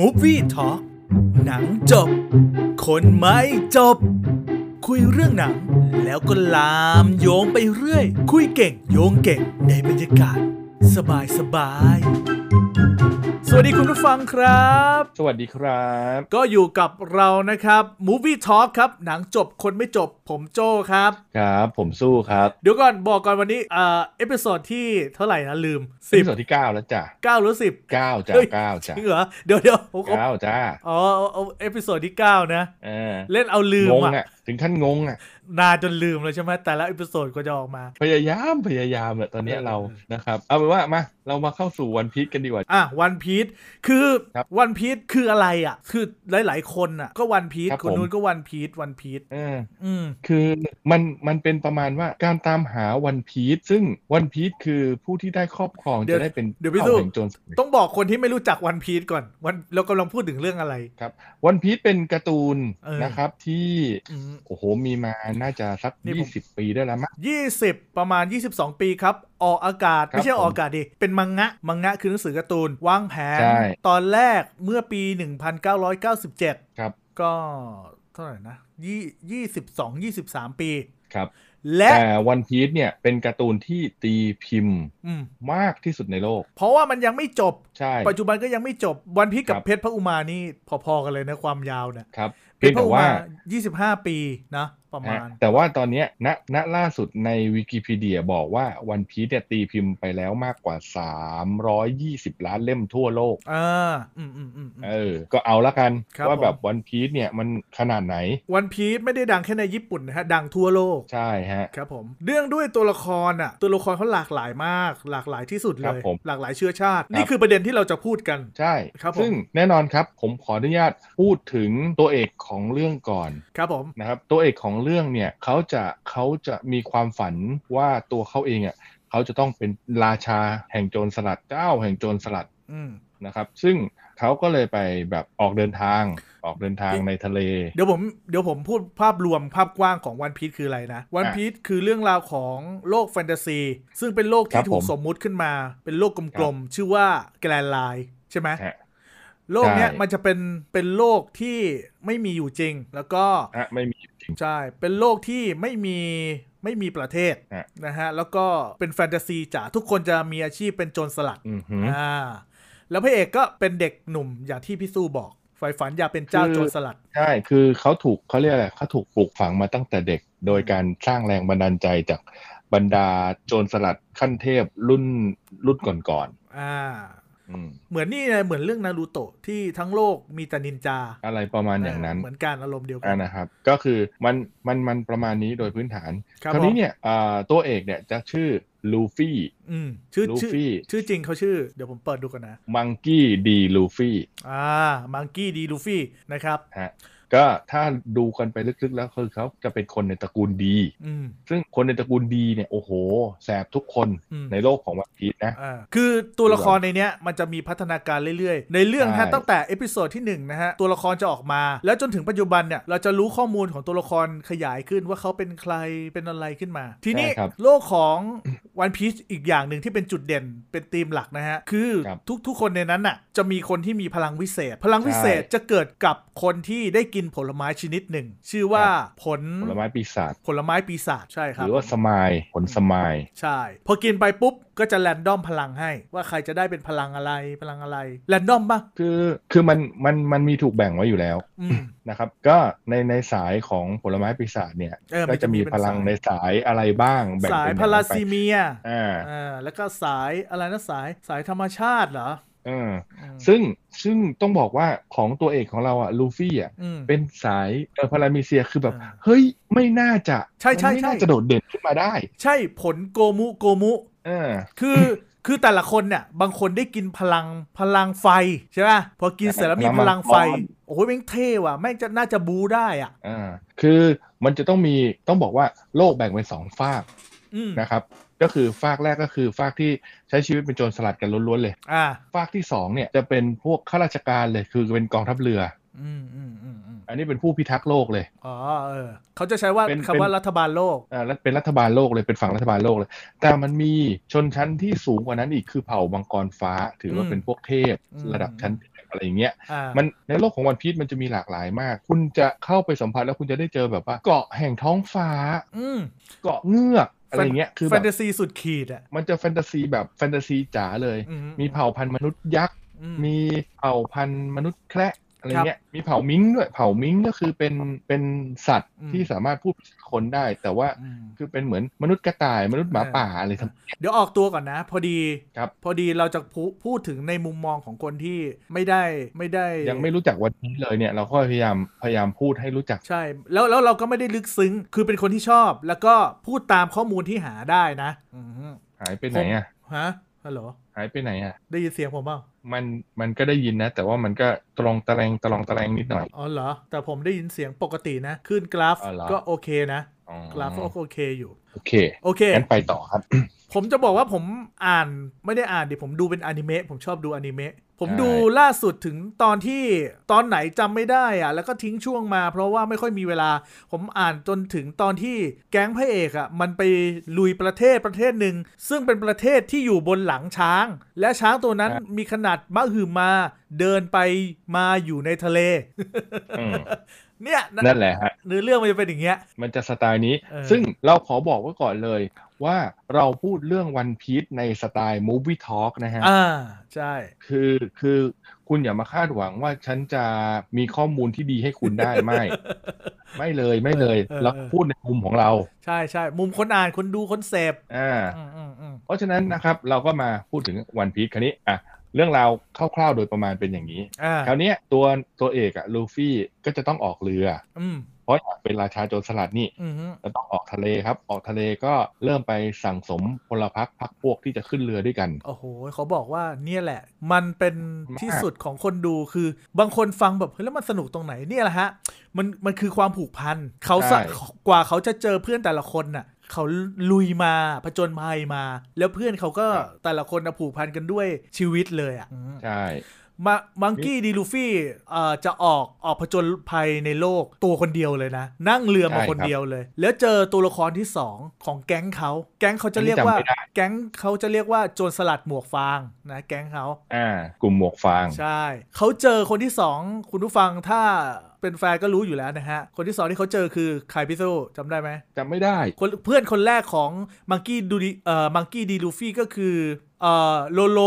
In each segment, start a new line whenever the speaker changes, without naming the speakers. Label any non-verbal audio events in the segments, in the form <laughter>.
Movie Talk หนังจบ คนไม่จบ คุยเรื่องหนังแล้วก็ลามโยงไปเรื่อย คุยเก่งโยงเก่งในบรรยากาศ สบายสบายๆสวัสดีคุณผู้ฟังครับ
สวัสดีครับ
ก็อยู่กับเรานะครับ Movie Talk ครับ หนังจบคนไม่จบผมโจ้ครับ
ครับ ผมสู้ครับ
เดี๋ยวก่อนบอกก่อนวันนี้เอ่อเอพิโซดที่เท่าไหร่นะลืม
สิบ
10
ส่วนที่เก้าแล้วจ้ะ
9หรือ10
เก้าจ้ะ
เฮ้ย
เก้าจ้ะ
จริงเหรอเดี๋ยวเดี๋ยวผมขอ
เก้าจ้า
อ๋อเอาเอาเอพิโซดที่9นะ
เออ
เล่นเอาลืม
งง
อะ
อ่ะ ถึงขั้นงงอ่ะ
นานจนลืมเลยใช่ไหมแต่ละเอพิโซดก็จะออกมา
พยายามพยายามแหละตอนเนี้ย
เออ
เรานะครับ เอาเป็นว่ามาเรามาเข้าสู่วันพีชกันดีกว่า
อ่ะวันพีทคือ
ครับ
วันพีทคืออะไรอ่ะ คือหลาย ๆ คนอ่ะ ก็วันพีทคนนู้นก็วันพีทวันพีท
เออ
อืม
คือมันมันเป็นประมาณว่าการตามหาวันพีชซึ่งวันพีชคือผู้ที่ได้ครอบครอง
เดี๋ยว
จะได้เป็น
เดี๋ยวพี่
ผ่า
สู้
แห่งโจรสลัด
ต้องบอกคนที่ไม่รู้จักวันพีทก่อนวันเรากำลังพูดถึงเรื่องอะไร
ครับวันพีชเป็นการ์ตูน
เออ
นะครับที่
อืม
โอ้โหมีมาน่าจะสัก
นี่ผม
ยี่สิบปีได้แล้วมั้ง
20 ประมาณ 22 ปีครับ ออกอากาศ
ครับ
ไม่ใช่ออก
ผม
อากาศดิ เป็นมังงะ มังงะคือหนังสือการ์ตูน วางแผน
ใช่
ตอนแรกเมื่อปี 1997
ครับ
ก็ เท่าไหร่นะยี่22 23 ปี
ครับ
และ
แต่วันพีชเนี่ยเป็นการ์ตูนที่ตีพิมพ์
อืม
มากที่สุดในโลก
เพราะว่ามันยังไม่จบ
ใช่
ปัจจุบันก็ยังไม่จบ วันพีชกับ
ครับ
เพชรพระอุมานี่พอๆกันเลยนะความยาวเนี่ย
ครับเพียงแต่ว่า
25 ปีนะ ประมาณ
แต่ว่าตอนเนี้ยณณล่าสุดในวิกิพีเดียบอกว่าวันพีชเนี่ยตีพิมพ์ไปแล้วมากกว่า 320 ล้านเล่มทั่วโลก
อ่า อืมอืมอืมอืม
เออ ก็เอาละกัน
ครับ
ว่าแบบ
ผม
วันพีชเนี่ยมันขนาดไหน
วันพีชไม่ได้ดังแค่ในญี่ปุ่นนะฮะ ดังทั่วโลก
ใช่ฮะ
ครับผมเรื่องด้วยตัวละครอ่ะ ตัวละครเขาหลากหลายมาก หลากหลายที่สุดเล
ครั
ย
บผม
หลากหลายเชื้อชาติ
ครับ
นี่คือประเด็นที่เราจะพูดกัน
ใช่
ครับผม
ซึ่งแน่นอนครับผมขออนุญาตพูดถึงตัวเอกของเรื่องก่อน
ครับผม
นะครับตัวเอกของเรื่องเนี่ยเขาจะเขาจะมีความฝันว่าตัวเขาเองอ่ะเขาจะต้องเป็นราชาแห่งโจรสลัดเจ้าแห่งโจรสลัด
อืม
นะครับ ซึ่งเขาก็เลยไปแบบออกเดินทางออกเดินทางในทะเล
เดี๋ยวผมเดี๋ยวผมพูดภาพรวมภาพกว้างของวันพี e คืออะไรนะวันพี e คือเรื่องราวของโลกแฟนตาซี ซึ่งเป็นโลก
ครั
ที่ถู
บ
ก
ผม
สมมุติขึ้นมา เป็นโลกกลมๆ ชื่อว่าแกลนไลใช่ไหม
ฮะ
โลกเนี้ย
ใช่
มันจะเป็นเป็นโลกที่ไม่มีอยู่จริง แล้วก็
ฮะไม่มีจริง
ใช่ เป็นโลกที่ไม่มีไม่มีประเทศ
ฮะ
นะฮะ แล้วก็เป็นแฟนตาซีจ๋าทุกคนจะมีอาชีพเป็นโจรสลัด
อือหือ
อ่าแล้วพระเอกก็เป็นเด็กหนุ่มอย่างที่พี่สู้บอกใฝ่ฝันอยากเป็นเจ้า
คือ
โจรสลัด
ใช่คือเขาถูกเขาเรียกอะไรเขาถูกปลูกฝังมาตั้งแต่เด็ก โดยการสร้างแรงบันดาลใจจากบรรดาโจรสลัดขั้นเทพรุ่นรุ่นก่อน
อ่า
ๆอืม
เหมือนนี่ไงเหมือนเรื่องนารูโตะที่ทั้งโลกมีแต่นินจา
อะไรประมาณอย่างนั้น
เหมือนการอารมณ์เดียวกั
อ่านะครับก็คือมันมันมันประมาณนี้โดยพื้นฐาน
ครับ
คราว
ผม
นี้เนี่ยอ่าตัวเอกเนี่ยจะชื่อลูฟี่
อืมชื่อ
ลู
ชื่อ
ฟี่
ชื่อจริงเขาชื่อ เดี๋ยวผมเปิดดูกันนะ
มังกี้ดีลูฟี่
อ่า มังกี้ดีลูฟี่นะครับ
ฮะก็ถ้าดูกันไปลึกๆแล้วคือเขาจะเป็นคนในตระกูลดี
อืม
ซึ่งคนในตระกูลดีเนี่ยโอ้โห แสบทุกคน
อืม
ในโลกของวันพีชนะ
อ่าคือตัวละครในเนี้ยมันจะมีพัฒนาการเรื่อยๆ ในเรื่องนะฮะ
ใช่
ตั้งแต่เอพิโซดที่1นะฮะตัวละครจะออกมา แล้วจนถึงปัจจุบันเนี่ยเราจะรู้ข้อมูลของตัวละครขยายขึ้นว่าเขาเป็นใครเป็นอะไรขึ้นมา ทีนี้โลกของวันพีชอีกอย่างหนึ่งที่เป็นจุดเด่นเป็นธีมหลักนะฮะ คือทุกๆคนในนั้นน่ะจะมีคนที่มีพลังวิเศษ พลังวิเศษจะเกิดกับคนที่ได้กินผลไม้ชนิดหนึ่ง ชื่อว่าผล
ผลไม้ปีศาจ
ผลไม้ปีศาจใช่ค
ห
รับ
รือว่าสมายผลสมาย
ใช่ พอกินไปปุ๊บ ก็จะแรนดอมพลังให้ ว่าใครจะได้เป็นพลังอะไรพลังอะไรแรนดอมปะ
คือคือมันมันมันมีถูกแบ่งไว้อยู่แล้ว
อืม
นะครับ ก็ในในสายของผลไม้ปีศาจเนี่ย
เออ
ก็
น
จะมี
เป็น
พลังใน
สาย
สายอะไรบ้างแบ่ง
สาย
เป็น
พารา
แบบนั้นไป
ซีเมีย
อ่า
อ่าแล้วก็สายอะไรนะสายสายธรรมชาติเหรอ
เออ
อืม
ซึ่งซึ่งต้องบอกว่าของตัวเอกของเราอะลูฟี่อะ
อืม
เป็นสายเออพารามีเซียคือแบบ
อ่า
เฮ้ย ไม่น่าจะ
ใช่ใช่
มันไม่น่า
ใช่
จะโดดเด่นขึ้นมาได้
ใช่ผลโกมุโกมุ
เออ
คือ
<coughs>
คือแต่ละคนเนี่ยบางคนได้กินพลังพลังไฟใช่ป่ะพอกินเสร็จแล้วมีพลังไฟ
พลังมังกร
โอ้ยแม่งเท่ว่ะแม่งจะน่าจะบูได้อ่ะ
อ่าคือมันจะต้องมีต้องบอกว่าโลกแบ่งเป็นสองฝาก
อืม
นะครับ ก็คือฝากแรกก็คือฝากที่ใช้ชีวิตเป็นโจรสลัดกันล้วนๆเลย
อ่า
ฝากที่สองเนี่ยจะเป็นพวกข้าราชการเลยคือเป็นกองทัพเรือ
อืมอืมอืมอืม
อันนี้เป็นผู้พิทักษ์โลกเลย
อ๋อเออเขาจะใช้ว่า
เป็น
คำว่า
เป็น
รัฐบาลโลก
อ่าและเป็นรัฐบาลโลกเลยเป็นฝั่งรัฐบาลโลกเลย แต่มันมีชนชั้นที่สูงกว่านั้นอีกคือเผ่ามังกรฟ้า ถือว่า
อืม
เป็นพวกเทพ
อืม
ระดับชั้น อะไรอย่างเงี้ย
อ่า
มันในโลกของวันพีชมันจะมีหลากหลายมาก คุณจะเข้าไปสัมผัสแล้วคุณจะได้เจอแบบว่า เกาะแห่งท้องฟ้า
อืม
เกาะเงือกอะไรเงี้ยคือ
แฟ
แบ
น
บ
ตาซีสุดขีดอ่ะ
มันจะแฟนตาซีแบบแฟนตาซีจ๋าเลย
อื
มีเผ่าพันธุ์มนุษย์ยักษ์
อื
มีเผ่าพันธุ์มนุษย์แคระอะไรเงี้ย มีเผ่ามิงด้วย เผ่ามิงก็คือเป็นเป็นสัตว์
อืม
ที่สามารถพูดภาษาคนได้ แต่ว่า
อืม
คือเป็นเหมือนมนุษย์กระต่ายมนุษย์หมา
เออ
ป่าอะไรทั้ง
เดี๋ยวออกตัวก่อนนะ พอดี
ครับ
พอดีเราจะพูพูดถึงในมุมมองของคนที่ไม่ได้ไม่ได้
ยังไม่รู้จักวันนี้เลยเนี่ย เราก็พยายามพยายามพูดให้รู้จัก
ใช่ แล้วแล้วเราก็ไม่ได้ลึกซึ้ง คือเป็นคนที่ชอบ แล้วก็พูดตามข้อมูลที่หาได้นะ อืม
หายไปไหนอ่ะ
ฮะฮัลโหล
หายไปไหนอ่ะ
ได้ยินเสียงผมเปล่า
มันมันก็ได้ยินนะ แต่ว่ามันก็ตรองตะแรงตรองตะแรงนิดหน่อย
อ๋อเหรอ แต่ผมได้ยินเสียงปกตินะขึ้นกราฟ
อ๋อเหรอ
ก็โอเคนะ
อ๋อก
ราฟก็โอเคอยู่
โอเค
โอเค
งั้นไปต่อครับ
ผมจะบอกว่าผมอ่านไม่ได้อ่านดิผมดูเป็นอนิเมะผมชอบดูอนิเมะผม
ใช่
ดูล่าสุดถึงตอนที่ตอนไหนจำไม่ได้อะแล้วก็ทิ้งช่วงมา เพราะว่าไม่ค่อยมีเวลา ผมอ่านจนถึงตอนที่แก๊งพระเอกอะมันไปลุยประเทศประเทศหนึ่งซึ่งเป็นประเทศที่อยู่บนหลังช้าง และช้างตัวนั้นมีขนาดมหึมาเดินไปมาอยู่ในทะเล <laughs>
อืม
เนี่ยนะ
นั่นแหละฮะ
เนื้อเรื่องมันจะเป็นอย่างเงี้ย
มันจะสไตล์นี้
เออ
ซึ่งเราขอบอกไว้ก่อนเลย ว่าเราพูดเรื่องวันพีชในสไตล์มูฟวี่ทอล์กนะฮะ
อ่าใช่ <laughs>
คือคือคุณอย่ามาคาดหวังว่าฉันจะมีข้อมูลที่ดีให้คุณได้ ไม่ ไม่เลยไม่เลยเราพูดในมุมของเรา
ใช่ใช่มุมคนอ่านคนดูคนเสพ
อ่า
อืมอืมอืม
เพราะฉะนั้นนะครับ เราก็มาพูดถึงวันพีชคันนี้อ่ะเรื่องราวคร่าวๆโดยประมาณเป็นอย่างนี้
อ่า
คราวเนี้ยตัวตัวเอกอะลูฟี่ก็จะต้องออกเรือ
อืม
เพราะอยากเป็นราชาโจรสลัดนี่
อืมฮึ
จะต้องออกทะเลครับ ออกทะเลก็เริ่มไปสั่งสมพลพรรคพักพวกที่จะขึ้นเรือด้วยกัน
โอ้โห เขาบอกว่าเนี่ยแหละ มันเป็น
มาก
ที่สุดของคนดูคือบางคนฟังแบบเฮ้ยแล้วมันสนุกตรงไหนเนี่ยแหละฮะ มันมันคือความผูกพันเขาสะกว่าเขาจะเจอเพื่อนแต่ละคนน่ะเขาลุยมาผจญภัยมา แล้วเพื่อนเขาก็แต่ละคนน่ะผูกพันกันด้วยชีวิตเลยอ่ะอืม
ใช่
มามังกี้ดีลูฟี่เอ่อจะออกออกผจญภัยในโลกตัวคนเดียวเลยนะ นั่งเรือมา
ใช่ครับ
คนเดียวเลย แล้วเจอตัวละครที่สองของแก๊งเขา แก๊งเขาจะเรียกว่า
อันนี้จำไม่ได้
แก๊งเขาจะเรียกว่าโจรสลัดหมวกฟางนะ แก๊งเขา
อ่ากลุ่มหมวกฟาง
ใช่ เขาเจอคนที่สองคุณผู้ฟังถ้าเป็นแฟนก็รู้อยู่แล้วนะฮะ คนที่สองที่เขาเจอคือไคายพิโซจำได้ไหม
จำไม่ได้
คนเพื่อนคนแรกของมังกี้ดูดีเอ่อมังกี้ดีลูฟี่ก็คือเอ่อโลโล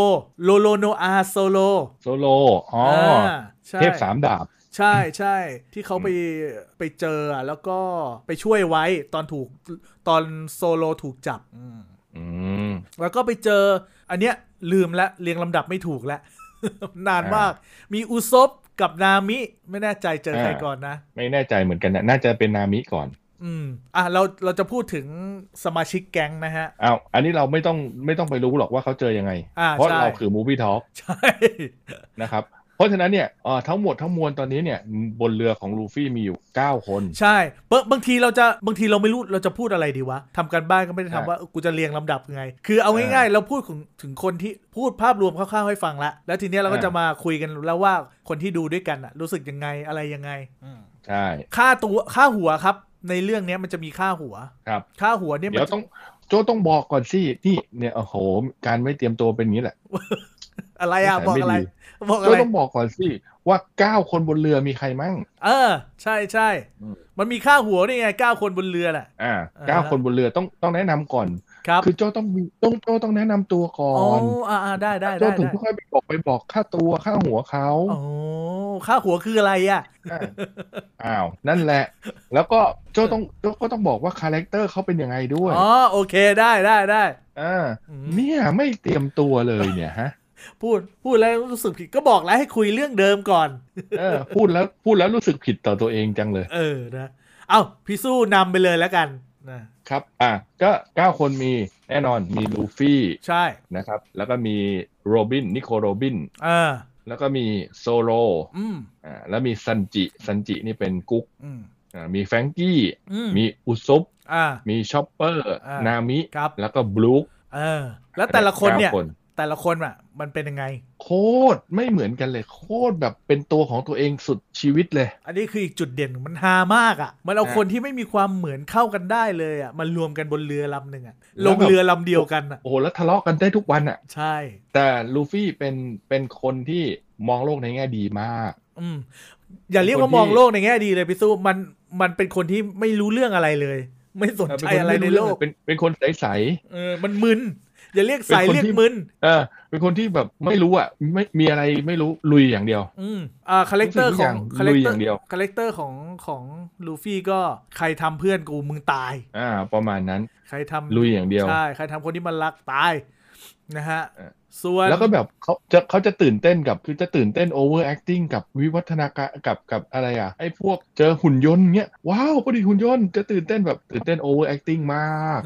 โลโลโนอาโซโล
โซโล อ๋ออา
ใช่
เทพสามดาบ
ใช่ใช่ที่เขาไปไปเจออะแล้วก็ไปช่วยไว้ตอนถูกตอนโซโลถูกจับอืม
อืม
แล้วก็ไปเจอ อันเนี้ยลืมละเรียงลำดับไม่ถูกละ <laughs> นานมาก มีอุซบกับนามิ ไม่แน่ใจเจอใคร
อ่า
ก่อนนะ
ไม่แน่ใจเหมือนกันนะน่าจะเป็นนามิก่อน
อืมอ่ะเราเราจะพูดถึงสมาชิกแก๊งนะฮ <laughs> ะ
อ้าวอันนี้เราไม่ต้องไม่ต้องไปรู้หรอกว่าเขาเจอยังไง
อ่า
เพราะ
ใช่
เราคือมูฟี่ทอล์ก
ใช่
นะครับ เพราะฉะนั้นเนี่ยเอ่อทั้งหมดทั้งมวลตอนนี้เนี่ยบนเรือของลูฟี่มีอยู่ 9 คน
ใช่บางบางทีเราจะบางทีเราไม่รู้เราจะพูดอะไรดีวะทำกันบ้านก็ไม่ได้
ใช่
ทำว่าเออกูจะเรียงลำดับยังไง คือเอาง่ายๆ เราพูดถึงถึงคนที่พูดภาพรวมคร่าวๆให้ฟังละแล้วทีเนี้ยเราก็
อ่า
จะมาคุยกันแล้วว่าคนที่ดูด้วยกันอะรู้สึกยังไงอะไรยังไงอืม
ใช่
ค่าตัวค่าหัวครับ ในเรื่องเนี้ยมันจะมีค่าหัว
ครับ
ค่าหัวเนี่ยมั
เดี๋ย
น
วต้องโจต้องบอกก่อนสินี่เนี่ยโอ้โห การไม่เตรียมตัวเป็นอย่างนี้แหละ
อะไรอะบอกอะไร
นิสัยไม่ดี
บอกอะ
ก็
ไร
ต้องบอกก่อนสิว่าเก้าคนบนเรือมีใครมั่ง
เออ ใช่ใช่
อืม
มันมีค่าหัวนี่ไงเก้าคนบนเรือแหละ
อ่า
อ่า
เก้า
ฮะ
คนบนเรือต้องต้องแนะนำก่อน
ครับ
คือโจต้องมีต้องโจต้องแนะนำตัวก่อ
อ๋อน อ่าๆได้ได้
โจ
ได้
ถึง
ได้
ค่อยไปบอกไปบอกค่าตัวค่าหัวเขา
โอ้ค่าหัวคืออะไรอะ
อ่าอ้าวนั่นแหละ แล้วก็โจต้องโจก็ต้องบอกว่าคาแรคเตอร์เขาเป็นยังไงด้วย
อ๋อโอเคได้ได้ได้
อ่า
อืม
เนี่ยไม่เตรียมตัวเลยเนี่ยฮะ
พูดพูดแล้วรู้สึกผิดก็บอกแล้วให้คุยเรื่องเดิมก่อน
เออพูดแล้วพูดแล้วรู้สึกผิดต่อตัวเองจังเลย
เออนะเอาพี่สู้นำไปเลยแล้วกันนะครับ
อ่ะ ก็เก้าคนมีแน่นอนมีลูฟี่
ใช่
นะครับ แล้วก็มีโรบิน นิโคโรบิน
เออ
แล้วก็มีโซโล
อืม
อ่า แล้วมีซันจิ ซันจินี่เป็นกุ๊ก
อืม
อ่า มีแฟรงกี้
อืม
มีอุซบ
อ่า
มีชอปเปอร์
อ่า
นามิ
ครับ
แล้วก็บลูค
เออ แล้วแต่ละคนเนี่ย
ก้า
แต่ละคนอ่ะ มันเป็นยังไง
โคตรไม่เหมือนกันเลย โคตรแบบเป็นตัวของตัวเองสุดชีวิตเลย
อันนี้คืออีกจุดเด่นของมันฮามากอ่ะ มันเอา
อ่ะ
คนที่ไม่มีความเหมือนเข้ากันได้เลยอ่ะมันรวมกันบนเรือลำหนึ่งอ่ะล
แล้ว
ง
แบบ
เรือลำเดียวกันอ่ะ
โอ้โห แล้วทะเลาะกันได้ทุกวันอะ่ะ
ใช่
แต่ลูฟี่เป็น เป็นคนที่ มองโลกในแง่ดีมาก
อืม อย่าเรียกว่ามองโลกในแง่ดีเลยพี่สู้มันมันเป็นคนที่ไม่รู้เรื่องอะไรเลย ไม่สนใจอะไรในโลก
เป็นเป็นคนใส
เออ มันมึน อย่าเรียกใส
เป็นคนที่
เรียกมึน
ๆเออ เป็นคนที่แบบไม่รู้อ่ะไม่มีอะไรไม่รู้ลุยอย่างเดียว
อืม อ่า คาแรคเตอร์ข
รู้สึก
อง
ทุกอ
คาแรคเต
ย่าง
อร์
ลุยอย่างเดียว
คาแรคเตอร์ของของลูฟี่ก็ใครทำเพื่อนกูมึงตาย
อ่า ประมาณนั้น
ใครทำ
ลุยอย่างเดียว
ใช่ ใครทำคนที่มันรักตายนะฮะ
เออ
ส่วน
แล้วก็แบบเขาจะเขาจะตื่นเต้นกับคือจะตื่นเต้น over acting กับวิวัฒนาการกับกับอะไรอ่ะไอ้พวกเจอหุ่นยนต์เงี้ยว้าวพอดีหุ่นยนต์จะตื่นเต้นแบบตื่นเต้น over acting มาก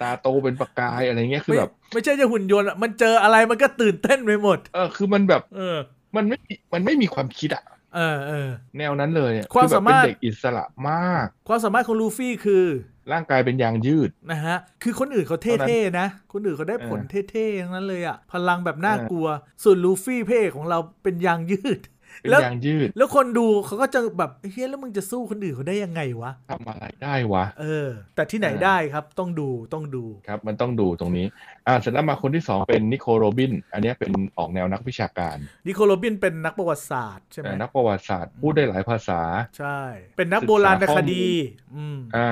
ตาโตเป็นประกายอะไรเงี้ยคือ
ไม่
แบบ
ไม่ใช่จะหุ่นยนต์อะมันเจออะไรมันก็ตื่นเต้นไปหมด
เออคือมันแบบ
เออ
มันไม่มีมันไม่มีความคิดอ่ะ
เออเออ
แนวนั้นเลยอะ
ความสามารถ
อแบบเป็นเด็กอิสระมาก
ความสามารถของลูฟี่คือ
ร่างกายเป็นยางยืด
นะฮะ คือคนอื่นเขาเท่ๆนะ คนอื่นเขาได้ผล
เออ
เท่ๆทั้งนั้นเลยอะพลังแบบน่ากลัว ส่วนลูฟี่พระเอกของเราเป็นยางยืด
เป็น
แล้ว
ยางยืด
แล้วคนดูเขาก็จะแบบเฮ้ยแล้วมึงจะสู้คนอื่นเขาได้ยังไงวะ
ทำอะไรได้วะ
เออ แต่ที่ไหน
เออ
ได้ครับต้องดูต้องดู
ครับมันต้องดูตรงนี้ อ่าเสร็จแล้วมาคนที่สองเป็นนิโคโรบิน อันเนี้ยเป็นออกแนวนักวิชาการ
นิโคลโรบินเป็นนักประวัติศาสตร์ใช่ไหม
อ่านักประวัติศาสตร์พูดได้หลายภาษา
ใช่ เป็นนักโบราณคดี อืม
อ่า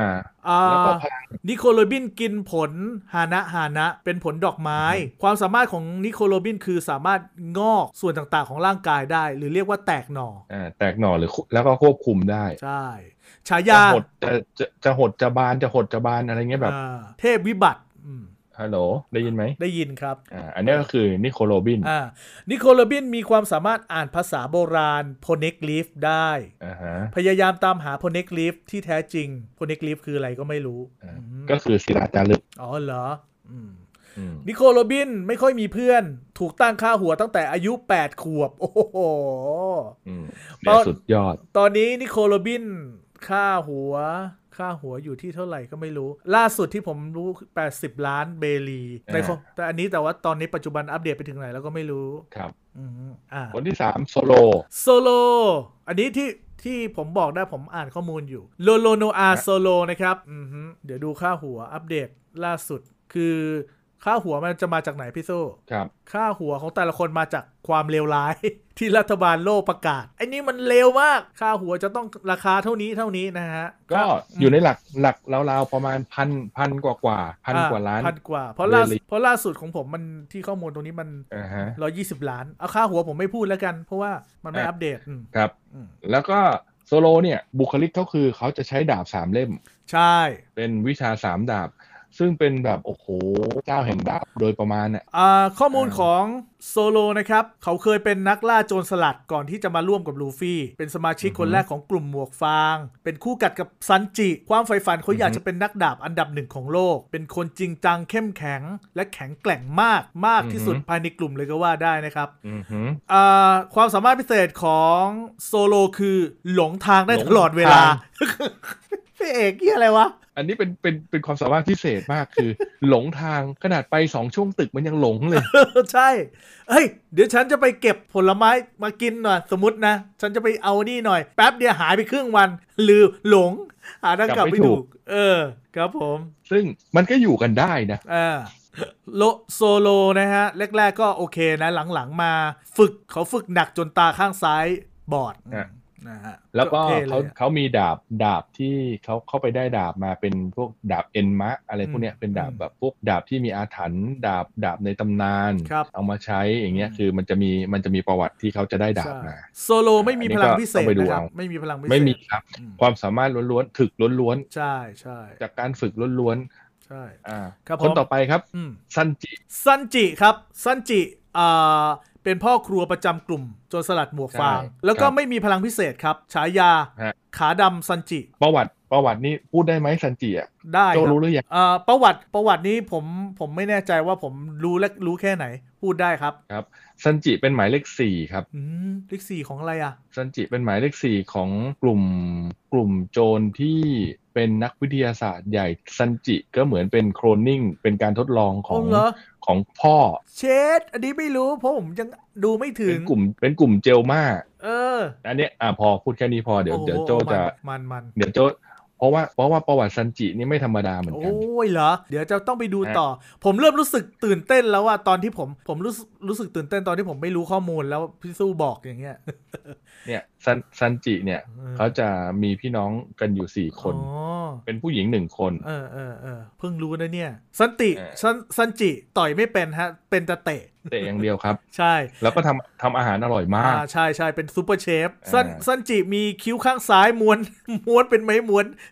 อ่า
แล้วก็พลัง
นิโคลโรบินกินผลฮานะฮานะ เป็นผลดอกไม้ ความสามารถของนิโคลโรบินคือสามารถงอกส่วนต่างๆของร่างกายได้ หรือเรียกว่าแตกหน่อ
อ่าแตกหน่อหรือคุแล้วก็ควบคุมได้
ใช่ฉายา
จะหดจะจะจะหดจะบานจะหดจะบานอะไรเงี้ยแบบ
อ่าเทพวิบัติอืม
ฮัลโหลได้ยินไหม
ได้ยินครับ
อ่าอันเนี้ยก็คือนิโคโรบิน
อ่านิโคลโรบินมีความสามารถอ่านภาษาโบราณโพเนกลิฟได้
อ่าฮะ
พยายามตามหาโพเนกลิฟที่แท้จริงโพเนกลิฟคืออะไรก็ไม่รู้
อ่า
อืม
ก็คือศิลาจารึก
อ๋อเหรออืม
อืม
นิโคลโรบินไม่ค่อยมีเพื่อน ถูกตั้งค่าหัวตั้งแต่อายุ 8 ขวบ โอ้โห
อืม
เพราะ
เนี่ยสุดยอด
ตอนนี้นิโคลโรบินค่าหัว ค่าหัวอยู่ที่เท่าไหร่ก็ไม่รู้ ล่าสุดที่ผมรู้ 80 ล้านเบลีในข้อแต่อันนี้แต่ว่าตอนนี้ปัจจุบันอัปเดตไปถึงไหนแล้วก็ไม่รู้
ครับ
อืมอ่า
คนที่สามโซโล
โซโล อันนี้ที่ที่ผมบอกได้ผมอ่านข้อมูลอยู่โลโลโนอาโซโลนะครับอือฮึเดี๋ยวดูค่าหัวอัปเดตล่าสุด คือค่าหัวมันจะมาจากไหนพี่โซ
ครับ
ค่าหัวของแต่ละคนมาจากความเลวร้าย <laughs> ที่รัฐบาลโลกประกาศไอ้นี่มันเลวมาก ค่าหัวจะต้องราคาเท่านี้เท่านี้นะฮะ
ก็อยู่ในหลักหลักราวๆประมาณพันพันกว่ากว่าพัน
อ่
กว่าล้าน
พันกว่าเพราะล่า
เรลิ
เพราะล่าสุดของผมมันที่ข้อมูลตรงนี้มัน
อ่าฮะ
ร้อยี่สิบล้าน เอาค่าหัวผมไม่พูดแล้วกัน เพราะว่ามันไม่
อ่ะ
อัปเดตอืม
ครับ
อืม
แล้วก็โซโลเนี่ยบุคลิกเขาคือเขาจะใช้ดาบสามเล่ม
ใช่
เป็นวิชาสามดาบ ซึ่งเป็นแบบโอ้โหเจ้าแห่งดาบโดยประมาณน่ะ
อ่าข้อมูล
อ่า
ของโซโลนะครับ เขาเคยเป็นนักล่าโจรสลัดก่อนที่จะมาร่วมกับลูฟี่ เป็นสมาชิกคนแรกของกลุ่มหมวกฟาง เป็นคู่กัดกับซันจิ ความใฝ่ฝันเขาอยากจะเป็นนักดาบอันดับหนึ่งของโลก เป็นคนจริงจังเข้มแข็ง และแข็งแกร่งมากมากที่สุดภายในกลุ่มเลยก็ว่าได้นะครับ
อือหือ
อ่าความสามารถพิเศษของโซโลคือหลงทางได้ตลอดเวลา
หลง
พี่เอกเหี่อะไรวะ
อันนี้เป็นเป็นเป็นความสามารถพิเศษมากคือ หลงทางขนาดไปสองช่วงตึกมันยังหลงเลย
ใช่ เฮ้ย เดี๋ยวฉันจะไปเก็บผลไม้มากินหน่อยสมมตินะ ฉันจะไปเอานี่หน่อย แป๊บเดียวหายไปครึ่งวัน ลืมหลง หาทางกลับไม่ถูก เออ ครับผม
ซึ่งมันก็อยู่กันได้นะ
อ่าโลโซโลนะฮะ แรก ๆ ก็โอเคนะ หลัง ๆ มาฝึกเขาฝึกหนักจนตาข้างซ้ายบอด
อ่ะ
นะฮะ
แล้วก็
ท่ล
เขา
ยอะ
เขามีดาบดาบที่เขาเข้าไปได้ดาบมาเป็นพวกดาบเอ็นมะ อะไรพวกเนี้ย
อืม
เป็นดาบ
อืม
แบบพวกดาบที่มีอาถรรพ์ดาบดาบในตำนาน
ครับ
เอามาใช้อย่างเงี้ยคือมันจะมีมันจะมีประวัติที่เขาจะได้ดาบ
ใช่
มา
โซโลไม่มีพลังพิเศษ
อันนี้ก็ต้องไปดู
นะครับ
เอา
ไม่มีพลังพิเศษ
ไม่มีครับ
อืม
ความสามารถล้วนๆถึกล้วน
ใช่ใช่
ๆ จากการฝึกล้วน
ใช่
ๆอ่า
ครับผม
คนต่อไปครับ
อืม
ซันจิ
ซันจิครับซันจิอ่าเป็นพ่อครัวประจำกลุ่มโจรสลัดหมวกฟาง แล้วก็ไม่มีพลังพิเศษครับ ฉายา ขาดำซันจิ
ประวัติประวัตินี้พูดได้ไหมซันจิอ่ะ
ได้
โจ
ครับ
รู้หรือยัง
อ่าประวัติประวัตินี้ผมผมไม่แน่ใจว่าผมรู้และรู้แค่ไหน พูดได้ครับ
ครับซันจิเป็นหมายเลขสี่ครับ
อืมเลขสี่ของอะไรอ่ะ
ซันจิเป็นหมายเลขสี่ของกลุ่มกลุ่มโจรที่เป็นนักวิทยาศาสตร์ใหญ่ซันจิก็เหมือนเป็นโคลนนิ่งเป็นการทดลองข
อ๋
อ
อง เหรอ
ของพ่อ
เชดอันนี้ไม่รู้เพราะผมยังดูไม่ถึ
เป็
ง
นกลุ่มเป็นกลุ่มเจลมา
เออ
อันเนี้ยอ่ะพอพูดแค่นี้พอเดี๋ยว
โอ้โห
เดี๋ยวโจจะ
มันมัน
เดี๋ยวโจเพราะว่าเพราะว่าประวัติซันจินี่ไม่ธรรมดาเหมือน
โอ
กัน
้ยเหรอ เดี๋ยวจะต้องไปดูต่อ ผมเริ่มรู้สึกตื่นเต้นแล้วว่าตอนที่ผมผมรู้สึก รู้สึกตื่นเต้นตอนที่ผมไม่รู้ข้อมูลแล้วพี่สู้บอกอย่างเงี้ย
เนี่ยซันซันจิเนี่ยเขาจะมีพี่น้องกันอยู่สี่คน
อ๋อ
เป็นผู้หญิงหนึ่งคน
เออเออเออเพิ่งรู้นะเนี่ย สันติ
เออ
สันสันจิต่อยไม่เป็นฮะ เป็นแต่เตะ
แต่อย่างเดียวครับ
ใช่
แล้วก็ทำทำอาหารอร่อยมาก
อ่าใช่ใช่เป็นซูเปอร์เชฟสัน
อ่า
สันจิมีคิ้วข้างซ้ายม้วน <laughs> ม้วนเป็นไม้ม้วน <laughs>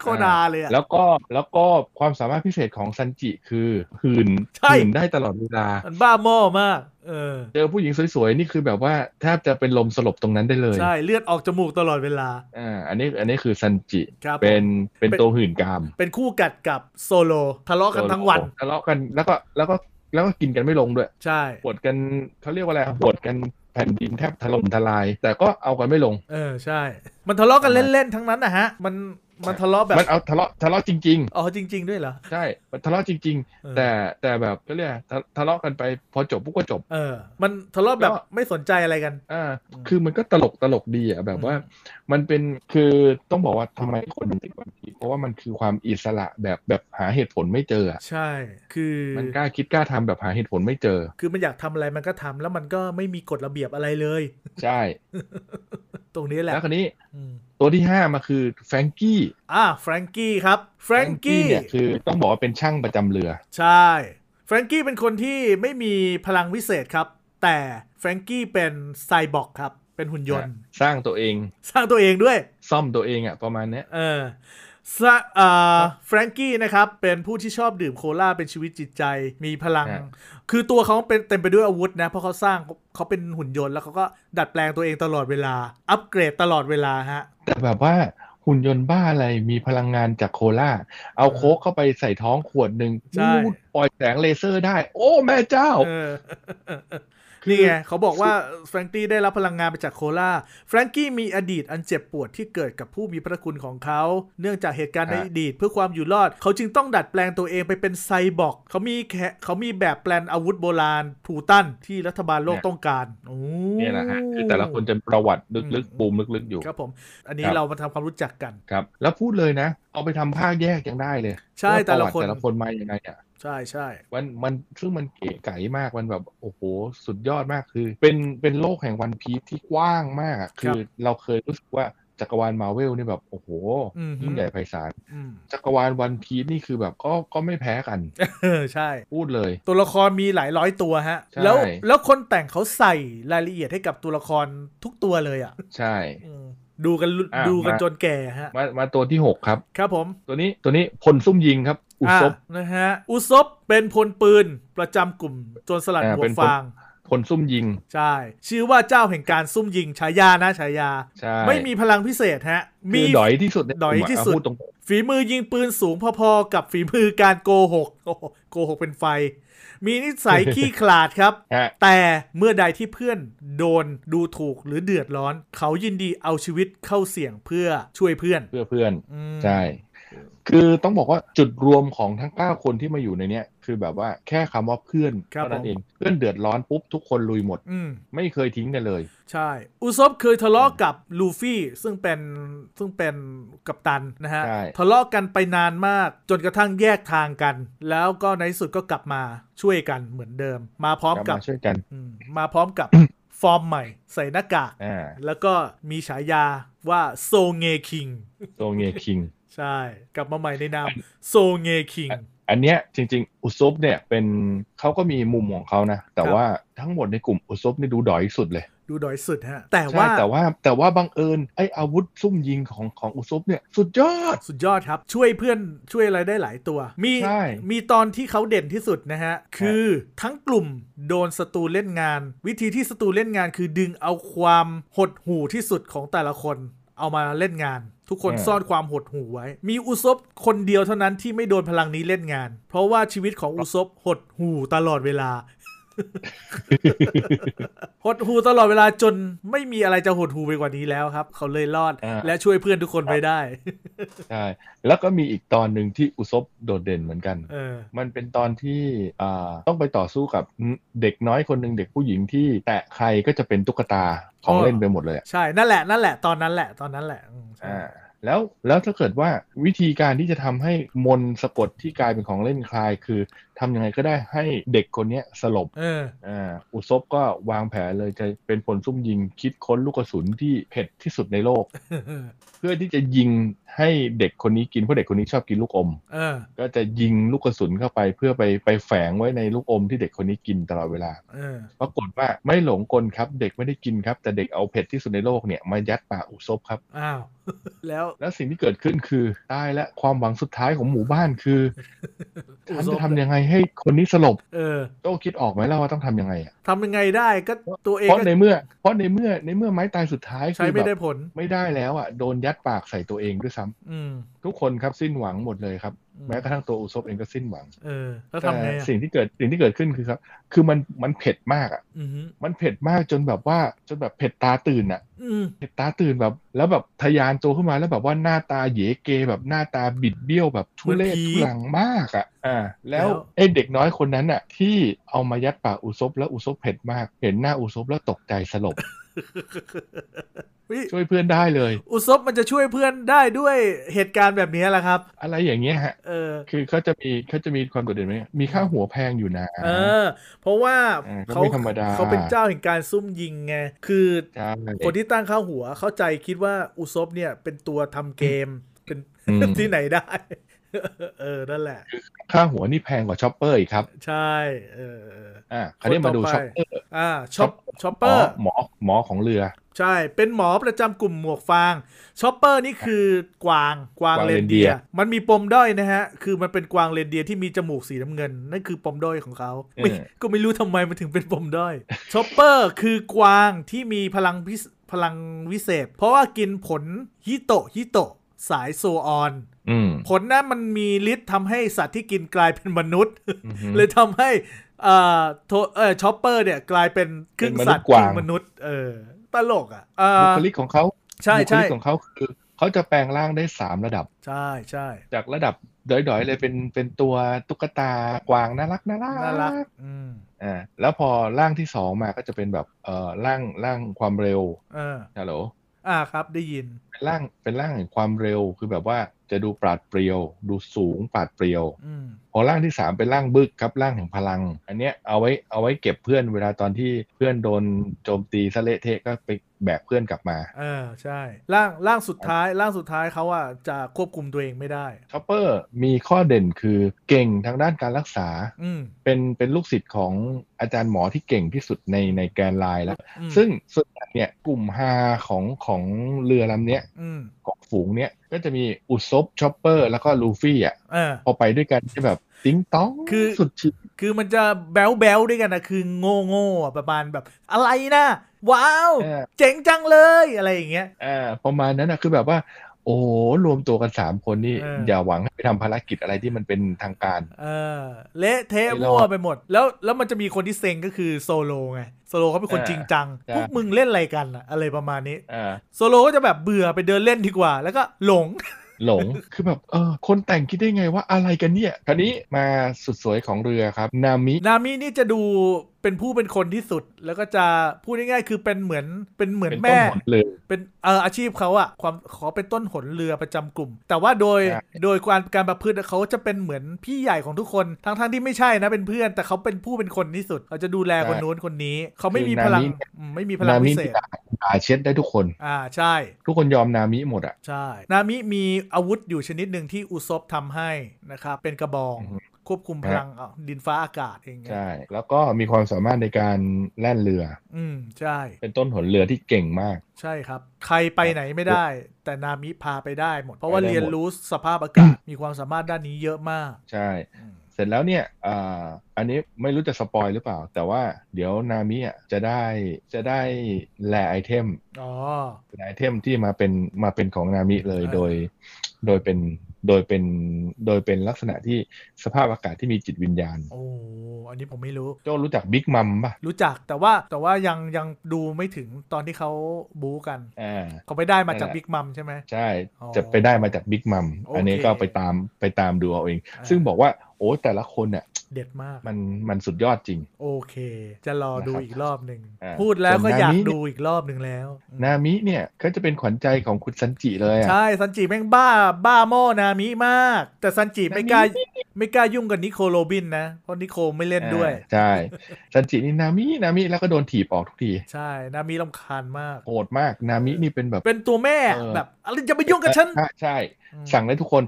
โคตรนาเลยอ่ะ
แล้วก็แล้วก็ความสามารถพิเศษของซันจิคือหืน
ใช่
หืนได้ตลอดเวลา
มันบ้าหม้อมาก เออ
เจอผู้หญิงสวยๆ นี่คือแบบว่าแทบจะเป็นลมสลบตรงนั้นได้เลย
ใช่เลือดออกจมูกตลอดเวลา
อ่าอันนี้อันนี้คือซันจิ
ครับ
เป็นเป็น
เป็น
ตัวหื่นกาม
เป็นคู่กัดกับโซโลทะเลาะกันทั้งวัน
ทะเลาะกันแล้วก็แล้วก็แล้วก็กินกันไม่ลงด้วย
ใช่
ปวดกันเขาเรียกว่าอะไรปวดกันแผ่นดินแทบถล่มทลาย แต่ก็เอากันไม่ลง
เออใช่ มันทะเลาะกันเล่นๆทั้งนั้นนะฮะ มันมันทะเลาะแบบ
มันเอาทะเลาะทะเลาะจริง
อ๋อจริง ๆ ด้วยเหรอ
ๆ ใช่มันทะเลาะจริง
เออ
ๆ แต่แต่แบบก็เรียกทะทะเลาะกันไปพอจบปุ๊บก็จบ
เออ มันทะเลาะแบบ
ก็
ไม่สนใจอะไรกัน
อ่า
อืม
คือมันก็ตลกตลกดีอ่ะแบบว่า
อืม
มันเป็นคือต้องบอกว่าทำไมคนถึงติดวันพีชเพราะว่ามันคือความอิสระแบบแบบหาเหตุผลไม่เจออ่ะ
ใช่ คือ
มันกล้าคิดกล้าทำแบบหาเหตุผลไม่เจอ
คือมันอยากทำอะไรมันก็ทำแล้วมันก็ไม่มีกฎระเบียบอะไรเลย <laughs>
ใช่
ตรงนี้แหละ
แล้วคนนี้
อืม
ตัวที่ห้ามาคือแฟรงกี้
อ่าแฟรงกี้ครับแฟรงกี้
เนี่ยคือต้องบอกว่าเป็นช่างประจำเรือ
ใช่ แฟรงกี้เป็นคนที่ไม่มีพลังวิเศษครับ แต่แฟรงกี้เป็นไซบอร์กครับ เป็นหุ่นยนต์
สร้างตัวเอง
สร้างตัวเองด้วย
ซ่อมตัวเองอ่ะประมาณเนี้ย
เออซะเอ่อแฟรงกี้นะครับ เป็นผู้ที่ชอบดื่มโคลาเป็นชีวิตจิตใจ มีพลัง
ฮะ
คือตัวเขาเป็นเต็มไปด้วยอาวุธนะ เพราะเขาสร้างเขาเป็นหุ่นยนต์แล้วเขาก็ดัดแปลงตัวเองตลอดเวลา อัปเกรดตลอดเวลาฮะ
แต่แบบว่าหุ่นยนต์บ้าอะไรมีพลังงานจากโคลาเอาโคกเข้าไปใส่ท้องขวดหนึ่ง
ใช่
อู้ปล่อยแสงเลเซอร์ได้ โอ้แม่เจ้า
เอ
<laughs>
อนี่ไงเขาบอกว่าแฟรงกี้ได้รับพลังงานไปจากโคลาแฟรงกี้มีอดีตอันเจ็บปวดที่เกิดกับผู้มีพระคุณของเขา เนื่องจากเหตุการณ์ใน
ฮะ
อดีตเพื่อความอยู่รอด เขาจึงต้องดัดแปลงตัวเองไปเป็นไซบอร์กเขามีแคเขามีแบบแปลนอาวุธโบราณทูตันที่รัฐบาลโลกต้องการโอ้
เนี่ยแหละฮะคือแต่ละคนจะประวัติลึกๆปูมลึกๆอยู่
ครับผม อันนี้
ครับ
เรามาทำความรู้จักกัน
ครับ แล้วพูดเลยนะ เอาไปทำภาคแยกยังได้เลย
ใช่แต่ละคน
ว่าปรวัแต่ละคนมายังไงอ่ะ
ใช่ใช่
มันมันซึ่งมันเก๋ไก๋มากมันแบบโอ้โหสุดยอดมากคือ เป็นเป็นโลกแห่งวันพี e ที่กว้างมากอะคือเราเคยรู้สึกว่าจักรวาลมาเวลนี่แบบโอ้โห
อืมฮึ
ยิ่งใหญ่ไพศาล
อืม <laughs>
จักรวาลวันพี e นี่คือแบบก็ก็ไม่แพ้กัน
เออใช่
พูดเลย
ตัวละครมีหลายร้อยตัวฮะ
ใช่
แล้วแล้วคนแต่งเขาใส่รายละเอียดให้กับตัวละครทุกตัวเลยอ่ะ
ใช่
อืมดูกันลุ
อ่ะ
ดูกัน
มา
จนแก่ฮะ
มามาตัวที่หกครับ
ครับผม
ตัวนี้ตัวนี้พลซุ่มยิงครับ อุซบ
ะนะฮะ อุซบเป็นพลปืนประจำกลุ่มโจรสลัด
อ่า
หัว
เป็นพล
ฟาง
พลซุ่มยิง
ใช่ ชื่อว่าเจ้าแห่งการซุ่มยิงฉายานะฉายา
ใช่
ไม่มีพลังพิเศษฮะ
คื
มี
อดอยที่สุดใน
ดอย
กลุ่มะ
ที่สุด
พูตรง
ฝีมือยิงปืนสูงพอๆ กับฝีมือการโกหกโอ้โหโกหกเป็นไฟ มีนิ
<laughs>
สัยขี้ขลาดครับ
ฮะ
แต่เมื่อใดที่เพื่อนโดนดูถูกหรือเดือดร้อน เขายินดีเอาชีวิตเข้าเสี่ยงเพื่อช่วยเพื่อน
เพื่อเพื่อน
อืม
ใช่ คือต้องบอกว่าจุดรวมของทั้ง 9 คนที่มาอยู่ในเนี้ยคือแบบว่าแค่คำว่าเพื่อนเท่านั้นเอง เพื่อนเดือดร้อนปุ๊บทุกคนลุยหมด
อืม
ไม่เคยทิ้งกันเลย
ใช่ อุซบเคยทะเลาะกับลูฟี่ซึ่งเป็นซึ่งเป็นกัปตันนะฮะ
ใช่
ทะเลาะกันไปนานมาก จนกระทั่งแยกทางกัน แล้วก็ในที่สุดก็กลับมาช่วยกันเหมือนเดิม มาพร้อม
กลับ
กับ
มาช่วยกัน
อืมมาพร้อมกับ ฟอร์มใหม่ ใส่หน้ากาก
อ่า
แล้วก็มีฉายาว่าโซเงคิง
โซเงคิง
ใช่ กลับมาใหม่ในนามโซเงคิง
อันเนี้ยจริง ๆ อุซบเนี่ยเป็นเขาก็มีมุมของเขานะ แต่
ครับ
ว่าทั้งหมดในกลุ่มอุซบนี่ดูดอยสุดเลย
ดูดอยสุดฮะ แต่
ใช่
ว่า
แต่ว่าแต่ว่าบังเอิญไออาวุธซุ่มยิงของของอุซบเนี่ยสุดยอด
สุดยอดครับ ช่วยเพื่อนช่วยอะไรได้หลายตัว มี
ใช่
มีตอนที่เขาเด่นที่สุดนะฮะ คือทั้งกลุ่มโดนศัตรูเล่นงาน วิธีที่ศัตรูเล่นงาน คือดึงเอาความหดหู่ที่สุดของแต่ละคน เอามาเล่นงาน ทุกคนซ่อนความหดหู่ไว้ มีอุซบคนเดียวเท่านั้นที่ไม่โดนพลังนี้เล่นงาน เพราะว่าชีวิตของอุซบหดหู่ตลอดเวลา <laughs> หดหูตลอดเวลาจนไม่มีอะไรจะหดหูไปกว่านี้แล้วครับ เขาเลยรอด
อ่า
และช่วยเพื่อนทุกคนไว้ได้
ใช่แล้วก็มีอีกตอนหนึ่งที่อุซบโดดเด่นเหมือนกัน
เออ
มันเป็นตอนที่อ่าต้องไปต่อสู้กับเด็กน้อยคนหนึ่งเด็กผู้หญิงที่แตะใครก็จะเป็นตุ๊กตาของ
อ๋อ
เล่นไปหมดเลยอะ
ใช่ นั่นแหละ นั่นแหละ ตอนนั้นแหละ ตอนนั้นแหละอืมใช่
อ่าแล้วแล้วถ้าเกิดว่าวิธีการที่จะทำให้มนต์สะกดที่กลายเป็นของเล่นคลายคือ ทำยังไงก็ได้ให้เด็กคนเนี้ยสลบ
เออ <laughs>
อ่าอุซบก็วางแผนเลยจะเป็นผลซุ่มยิงคิดค้นลูกกระสุนที่เผ็ดที่สุดในโลก เพื่อที่จะยิงให้เด็กคนนี้กินเพราะเด็กคนนี้ชอบกินลูกอม
เออ
ก็จะยิงลูกกระสุนเข้าไปเพื่อไปไปแฝงไว้ในลูกอมที่เด็กคนนี้กินตลอดเวลา
เออ
ปรากฏว่าไม่หลงกลครับ เด็กไม่ได้กินครับ แต่เด็กเอาเผ็ดที่สุดในโลกเนี่ยมายัดปากอุซบครับ
อ้าว <laughs> แล้ว
แล้วสิ่งที่เกิดขึ้นคือตายและความหวังสุดท้ายของหมู่บ้านคือฉันจะทำยังไงให้คนนี้สลบ
เออ
โต้คิดออกไหมล่ะว่าต้องทำยังไงอะ
ทำยังไงได้ก็ตัวเอง
เพราะ
ก็
ในเมื่อเพราะในเมื่อในเมื่อไม้ตายสุดท้าย
ใช้
คือ
ไม่
แบ
ได้
บ
ผล
ไม่ได้แล้วอ่ะโดนยัดปากใส่ตัวเองด้วยซ้ำ
อืม
ทุกคนครับสิ้นหวังหมดเลยครับ
อื
แม้กระทั่งตัวอุซบเองก็สิ้นหวัง
เออ แล้ว
แต่
ทำไงอ่ะ
สิ่งที่เกิดสิ่งที่เกิดขึ้นคือครับ คือมันมันเผ็ดมากอ่ะ
อืมฮึ
มันเผ็ดมากจนแบบว่าจนแบบเผ็ดตาตื่นอ่ะ
อืม <laughs>
เผ็ดตาตื่นแบบ แล้วแบบทะยานตัวขึ้นมาแล้วแบบว่าหน้าตาเหยเกแบบหน้าตาบิดเบี้ยวแบบทุเรศทุลังมากอ่ะอ่าแล้วไอ้เด็กน้อยคนนั้นอ่ะที่เอามายัดปากอุซบแล้วอุซบเผ็ดมาก เห็นหน้าอุซบแล้วตกใจส
<laughs>
ลบ
วิ
ช่วยเพื่อนได้เลย
อุซบมันจะช่วยเพื่อนได้ด้วยเหตุการณ์แบบนี้แหละครับ
อะไรอย่างเงี้ยฮะ
เออ
คือเขาจะมีเขาจะมีความโดดเด่นไหมมีค่าหัวแพงอยู่นะ
เออ เพราะว่า
เออก็
เขา
ไม่ธรรมดา
เขาเป็นเจ้าแห่งการซุ่มยิงไง คือ
ใช่
คนที่ตั้งข้าวหัวเข้าใจคิดว่าอุซบเนี่ยเป็นตัวทำเกมเป็น
อืม
ที่ไหนได้ เออ นั่นแหละ
ค่าหัวนี่แพงกว่าช็อปเปอร์อีกครับ
ใช่เออเออ
อ่าคราวนี้มาดู
คนต่
ช็
อ
อ
ไป
ปเปอร์
อ่าช็อปช็อปเปอร์
หมอหมอของเรือ
ใช่ เป็นหมอประจำกลุ่มหมวกฟางช็อปเปอร์นี่คือกวางกวาง
กวาง
เร
เร
น
นเดี
เดีย
ยร์
ร์มันมีปมด้อยนะฮะ คือมันเป็นกวางเรนเดียร์ที่มีจมูกสีน้ำเงิน นั่นคือปมด้อยของเขาไม่ก็ไม่รู้ทำไมมันถึงเป็นปมด้อยช็อปเปอร์คือกวางที่มีพลังพิเศษพลังวิเศษ เพราะว่ากินผลฮิโตะฮิโตะสายโซออน
อืม
ผลนั้นมันมีฤทธิ์ทำให้สัตว์ที่กินกลายเป็นมนุษย์
อือฮึ
เลยทำให้เอ่อโทเอ่อช็อปเปอร์เนี่ยกลายเป็นครึ่งสัตว์
เป็นมนุษย์
คว
กาง
รึ่งมนุษย์ เออ ตลกอ่ะเอ่
บุ
อ
คลิกของเขา
ใช่
บุค
ใช่
ลิกของเขาคือเขาจะแปลงร่างได้สามระดับ
ใช่ใช่
จากระดับดอยๆเลยเป็นเป็นตัวตุ๊กตากวางน่ารักน่ารัก
น่ารัก อืม
อ่าแล้วพอร่างที่สองมาก็จะเป็นแบบเอ่อร่างร่างความเร็ว
เออ
ฮัลโหล
อ่าครับได้ยิน
เป็นร่างเป็นร่างแห่งความเร็วคือแบบว่าจะดูปราดเปรียว ดูสูงปราดเปรียว
อืม
พอร่างที่สามเป็นร่างบึกครับร่างแห่งพลัง อันเนี้ยเอาไว้เอาไว้เก็บเพื่อนเวลาตอนที่เพื่อนโดนโจมตีสะเละเทะก็ไปแบกเพื่อนกลับมา
เออ ใช่ ร่างร่างสุดท้ายร่างสุดท้ายเขาอ่ะจะควบคุมตัวเองไม่ได้
ช็อปเปอร์มีข้อเด่นคือเก่งทางด้านการรักษา
อืม
เป็นเป็นลูกศิษย์ของอาจารย์หมอที่เก่งที่สุดในในแกนไลน์แล้ว
อืม
ซึ่งส่วนใหญ่เนี่ยกลุ่มฮาของของเรือลำเนี้ย
อืม
ของฝูงเนี้ยก็จะมีอุซบช็อปเปอร์แล้วก็ลูฟี่อ่ะ
เออ
พอไปด้วยกันที่แบบติ๊งต้อง
คือ
สุดชีวิต
คือมันจะแบลวแบลด้วยกันนะคือโง่โง่ๆอะประมาณแบบ อะไรนะว้าว
อ่า
เจ๋งจังเลยอะไรอย่างเงี้ย
อ่าประมาณนั้นนะคือแบบว่า โอ้โหรวมตัวกันสามคนนี่
เอออ
อย่าหวังให้ไปทำภารกิจอะไรที่มันเป็นทางการ
เออเละเทะ
ไม่รอด
มั่วไปหมด แล้วแล้วมันจะมีคนที่เซ็งก็คือโซโลไงโซโลเขาเป็นคน
อ่า
จริงจัง
ใช่
พวกมึงเล่นอะไรกันอะอะไรประมาณนี้
อ่า
โซโลก็จะแบบเบื่อไปเดินเล่นดีกว่า แล้วก็หลง
หลง คือแบบเออคนแต่งคิดได้ไงว่าอะไรกันเนี่ยคราวนี้มาสุดสวยของเรือครับ นามิ
นามินี่จะดูเป็นผู้เป็นคนที่สุด แล้วก็จะพูดง่ายๆคือเป็นเหมือนเป็นเหมือน
เป็นต้น
แม่
หนเลย
เป็นเอออาชีพเขาอะความขอเป็นต้นหนเรือประจำกลุ่ม แต่ว่าโดย
ใช่
โดยการการประพฤติเขาจะเป็นเหมือนพี่ใหญ่ของทุกคนทั้งๆที่ไม่ใช่นะเป็นเพื่อน แต่เขาเป็นผู้เป็นคนที่สุดเขาจะดูแลคนนู้นคนนี้ เขาไม่มีพลังอืมไม่มีพลัง
นามิ
พิเศษ
ด่าด่าเช็ดได้ทุกคน
อ่าใช่
ทุกคนยอมนามิหมดอ่ะ
ใช่นามิมีอาวุธอยู่ชนิดหนึ่งที่อุซบทำให้นะครับเป็นกระบอง
อือฮึ
ควบคุมพลังเอาดินฟ้าอากาศเองไง
ใช่แล้วก็มีความสามารถในการแล่นเรือ
อืมใช่
เป็นต้นหนเรือที่เก่งมาก
ใช่ครับ ใครไปไหนไม่ได้ แต่นามิพาไปได้หมด เพราะว่า
ไปได้หมด
เรียนรู้สภาพอากาศ มีความสามารถด้านนี้เยอะมาก
ใช่
อืม
เสร็จแล้วเนี่ยอ่าอันนี้ไม่รู้จะสปอยหรือเปล่า แต่ว่าเดี๋ยวนามิอ่ะจะได้จะได้แลไอเทม
อ๋อ
แลไอเทมที่มาเป็นมาเป็นของนามิเลย
อ่า
โดย โดยเป็นโดยเป็นโดยเป็นลักษณะที่สภาพอากาศที่มีจิตวิญญาณ
โอ้อันนี้ผมไม่รู้
โจ้รู้จักบิ๊กมัมป่ะ
รู้จักแต่ว่าแต่ว่ายังยังดูไม่ถึงตอนที่เขาบู๊กัน
อ่า
เขาไปได้มาจาก
นั่นแหละ
บิ๊กมัมใช่ไหม
ใช่
อ๋อ
จะไปได้มาจากบิ๊กมัม
โอเค
อันนี้ก็ไปตามไปตามดูเอาเอง
อ่า
ซึ่งบอกว่าโอ้แต่ละคนเนี่ย
เด็ดมาก
มันมันสุดยอดจริง
โอเค จะรอดูอีกรอบหนึ่ง
อ่า
พูดแล้วก็
ส่วน
อยาก
นามิ
ดูอีกรอบหนึ่งแล้ว
นามิเนี่ยก็จะเป็นขวัญใจของคุณซันจิเลยอ่ะ
ใช่ ซันจิแม่งบ้า บ้าหม้อนามิมาก แต่ซันจิไม่กล้า
นามิ
ไม่กล้ายุ่งกับนิโคโรบินนะ เพราะนิโคไม่เล่นด้วย
อ่าใช่ซันจินี่นามินามิแล้วก็โดนถีบออกทุกที
ใช่ นามิลำคาญมาก
โหดมากนามินี่เป็นแบบ
เป็นตัวแม่
เออ
แบบอะไรจะไปยุ่งกับฉัน
ใช่ใช่
อืม
สั่งได้ทุกคน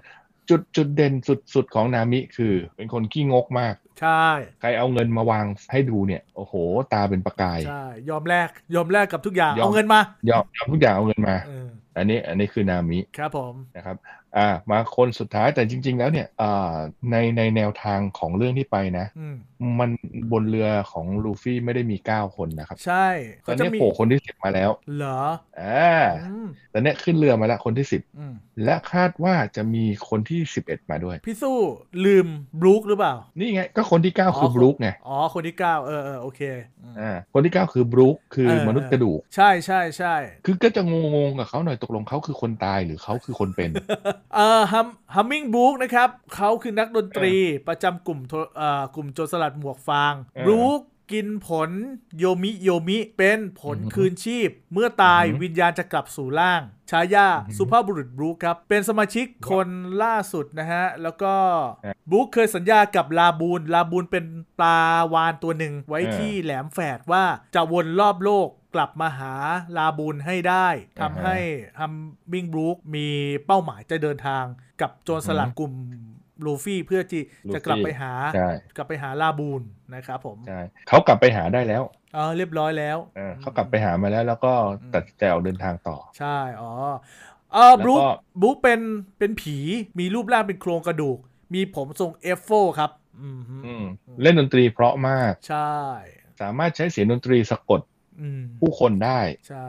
จุดจุดเด่นสุดสุดของนามิคือ เป็นคนขี้งกมาก
ใช่
ใครเอาเงินมาวางให้ดูเนี่ย โอ้โห ตาเป็นประกาย
ใช่ ยอมแลกยอมแลกกับทุกอย่าง
ยอม
เอาเงินมาย
อมยอมทุกอย่างเอาเงินมา
เออ
อันนี้อันนี้คือนามิ
ครับผม
นะครับอ่ามาคนสุดท้ายแต่จริง ๆ แล้วเนี่ยอ่าในในแนวทางของเรื่องที่ไปนะ
อืม
มันบนเรือของลูฟี่ไม่ได้มี 9 คนนะครับ
ใช่
ตอ
เขา
น
จะ
นี้
มี
โผล่คนที่สิบมาแล้ว
เหรอ
อ่า
อืม
ตอนนี้ขึ้นเรือมาแล้วคนที่สิบ
อืม
และคาดว่าจะมีคนที่สิบเอ็ดมาด้วย
พี่สู้ลืมบรูคหรือเปล่า
นี่ไงก็คนที่เก้า
อ๋อ
คือบรูคไง
อ๋อ คนที่เก้าเออเออโอเคอืม
อ่าคนที่เก้าคือบรูคคือ
เออ
มนุษย์กระดูก
ใช่ใช่ใช่
คือก็จะงงๆกับเขาหน่อยตกลงเขาคือคนตายหรือเขาคือคน
<laughs>
เป็น
เอ่อฮัมฮัมมิงบุ๊กนะครับเขาคือนักดนตรีประจำกลุ่มโทเอ่อกลุ่มโจรสลัดหมวกฟาง
เออ
บุ๊กกินผลโยมิโยมิเป็นผล
อือหือ
คืนชีพ เมื่อตาย
อือหือ
วิญญาณจะกลับสู่ร่าง ฉายา
อือหือ
สุภาพบุรุษบุ๊กครับ เป็นสมาชิกคนล่าสุดนะฮะ แล้วก็
เออ
บุ๊กเคยสัญญากับลาบูนลาบูนเป็นปลาวานตัวหนึ่งไว้
เออ
ที่แหลมแฝดว่าจะวนรอบโลกกลับมาหาลาบูนให้ได้ทำให้ ให้ฮัมบิงบรูคมีเป้าหมายจะเดินทางกับโจรสลัดกลุ่มลูฟี่เพื่อที่
ลูฟี่
จะกลับไปหา
ใช่
กลับไปหาลาบูนนะครับผม
ใช่เขากลับไปหาได้แล้ว
เออเรียบร้อยแล้ว
เออเขากลับไปหามาแล้ว แล้วก็ตัดสินใจออกเดินทางต่อ
ใช่ อ๋อ เออบ
แล้วก็
รูคบรูคเป็นเป็นผี มีรูปร่างเป็นโครงกระดูก มีผมทรงเอฟโฟครับ อืมฮึ
อมเล่นดนตรีเพราะมาก
ใช่
สามารถใช้เสียงดนตรีสะกด
อืม
ผู้คนได้
ใช่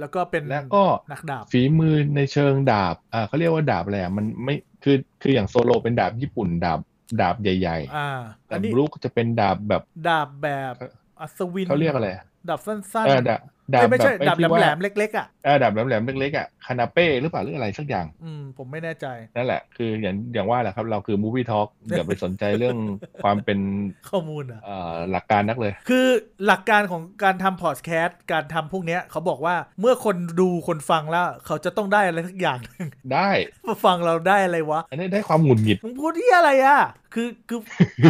แล้วก็เป็น
แล้วก็
นักดาบ
ฝีมือในเชิงดาบอ่าเขาเรียกว่าดาบอะไรอ่ะมันไม่คือคืออย่างโซโลเป็นดาบญี่ปุ่นดาบดาบใหญ่
อ่า
ๆแต่
อันนี้
บลูคจะเป็นดาบแบบ
ดาบแบบ
เขา
อัศวิน
เขาเรียกอะไรอ่ะ
ดาบสั้น
เออ
ๆ
ดาบดา
เอ้
บ
ยไม่ใช่
แบบไอ้
ดาบ
ที่ว่า
แหลมๆเล็ก ๆ อ่ะ
เออดาบแหลมๆเล็กๆอ่ะคานาเป้หรือเปล่าหรืออะไรสักอย่าง
อืม ผมไม่แน่ใจ
นั่นแหละ คืออย่างอย่างว่าแหละครับ เราคือ Movie Talk อย่าไปสนใจเรื่อง ความเป็น
ข้อมูลเหรอ่ะ
เอ่อหลักการนักเลย
คือหลักการของการทำพอดแคสต์การทำพวกเนี้ย เขาบอกว่าเมื่อคนดูคนฟังแล้ว เขาจะต้องได้อะไรทักอย่างห <laughs> นึ่ง
ได้
มาฟังเราได้อะไรวะ
อันนี้ได้ความหงุดหงิด
มึงพูดที่อะไรอ่ะ คือคือ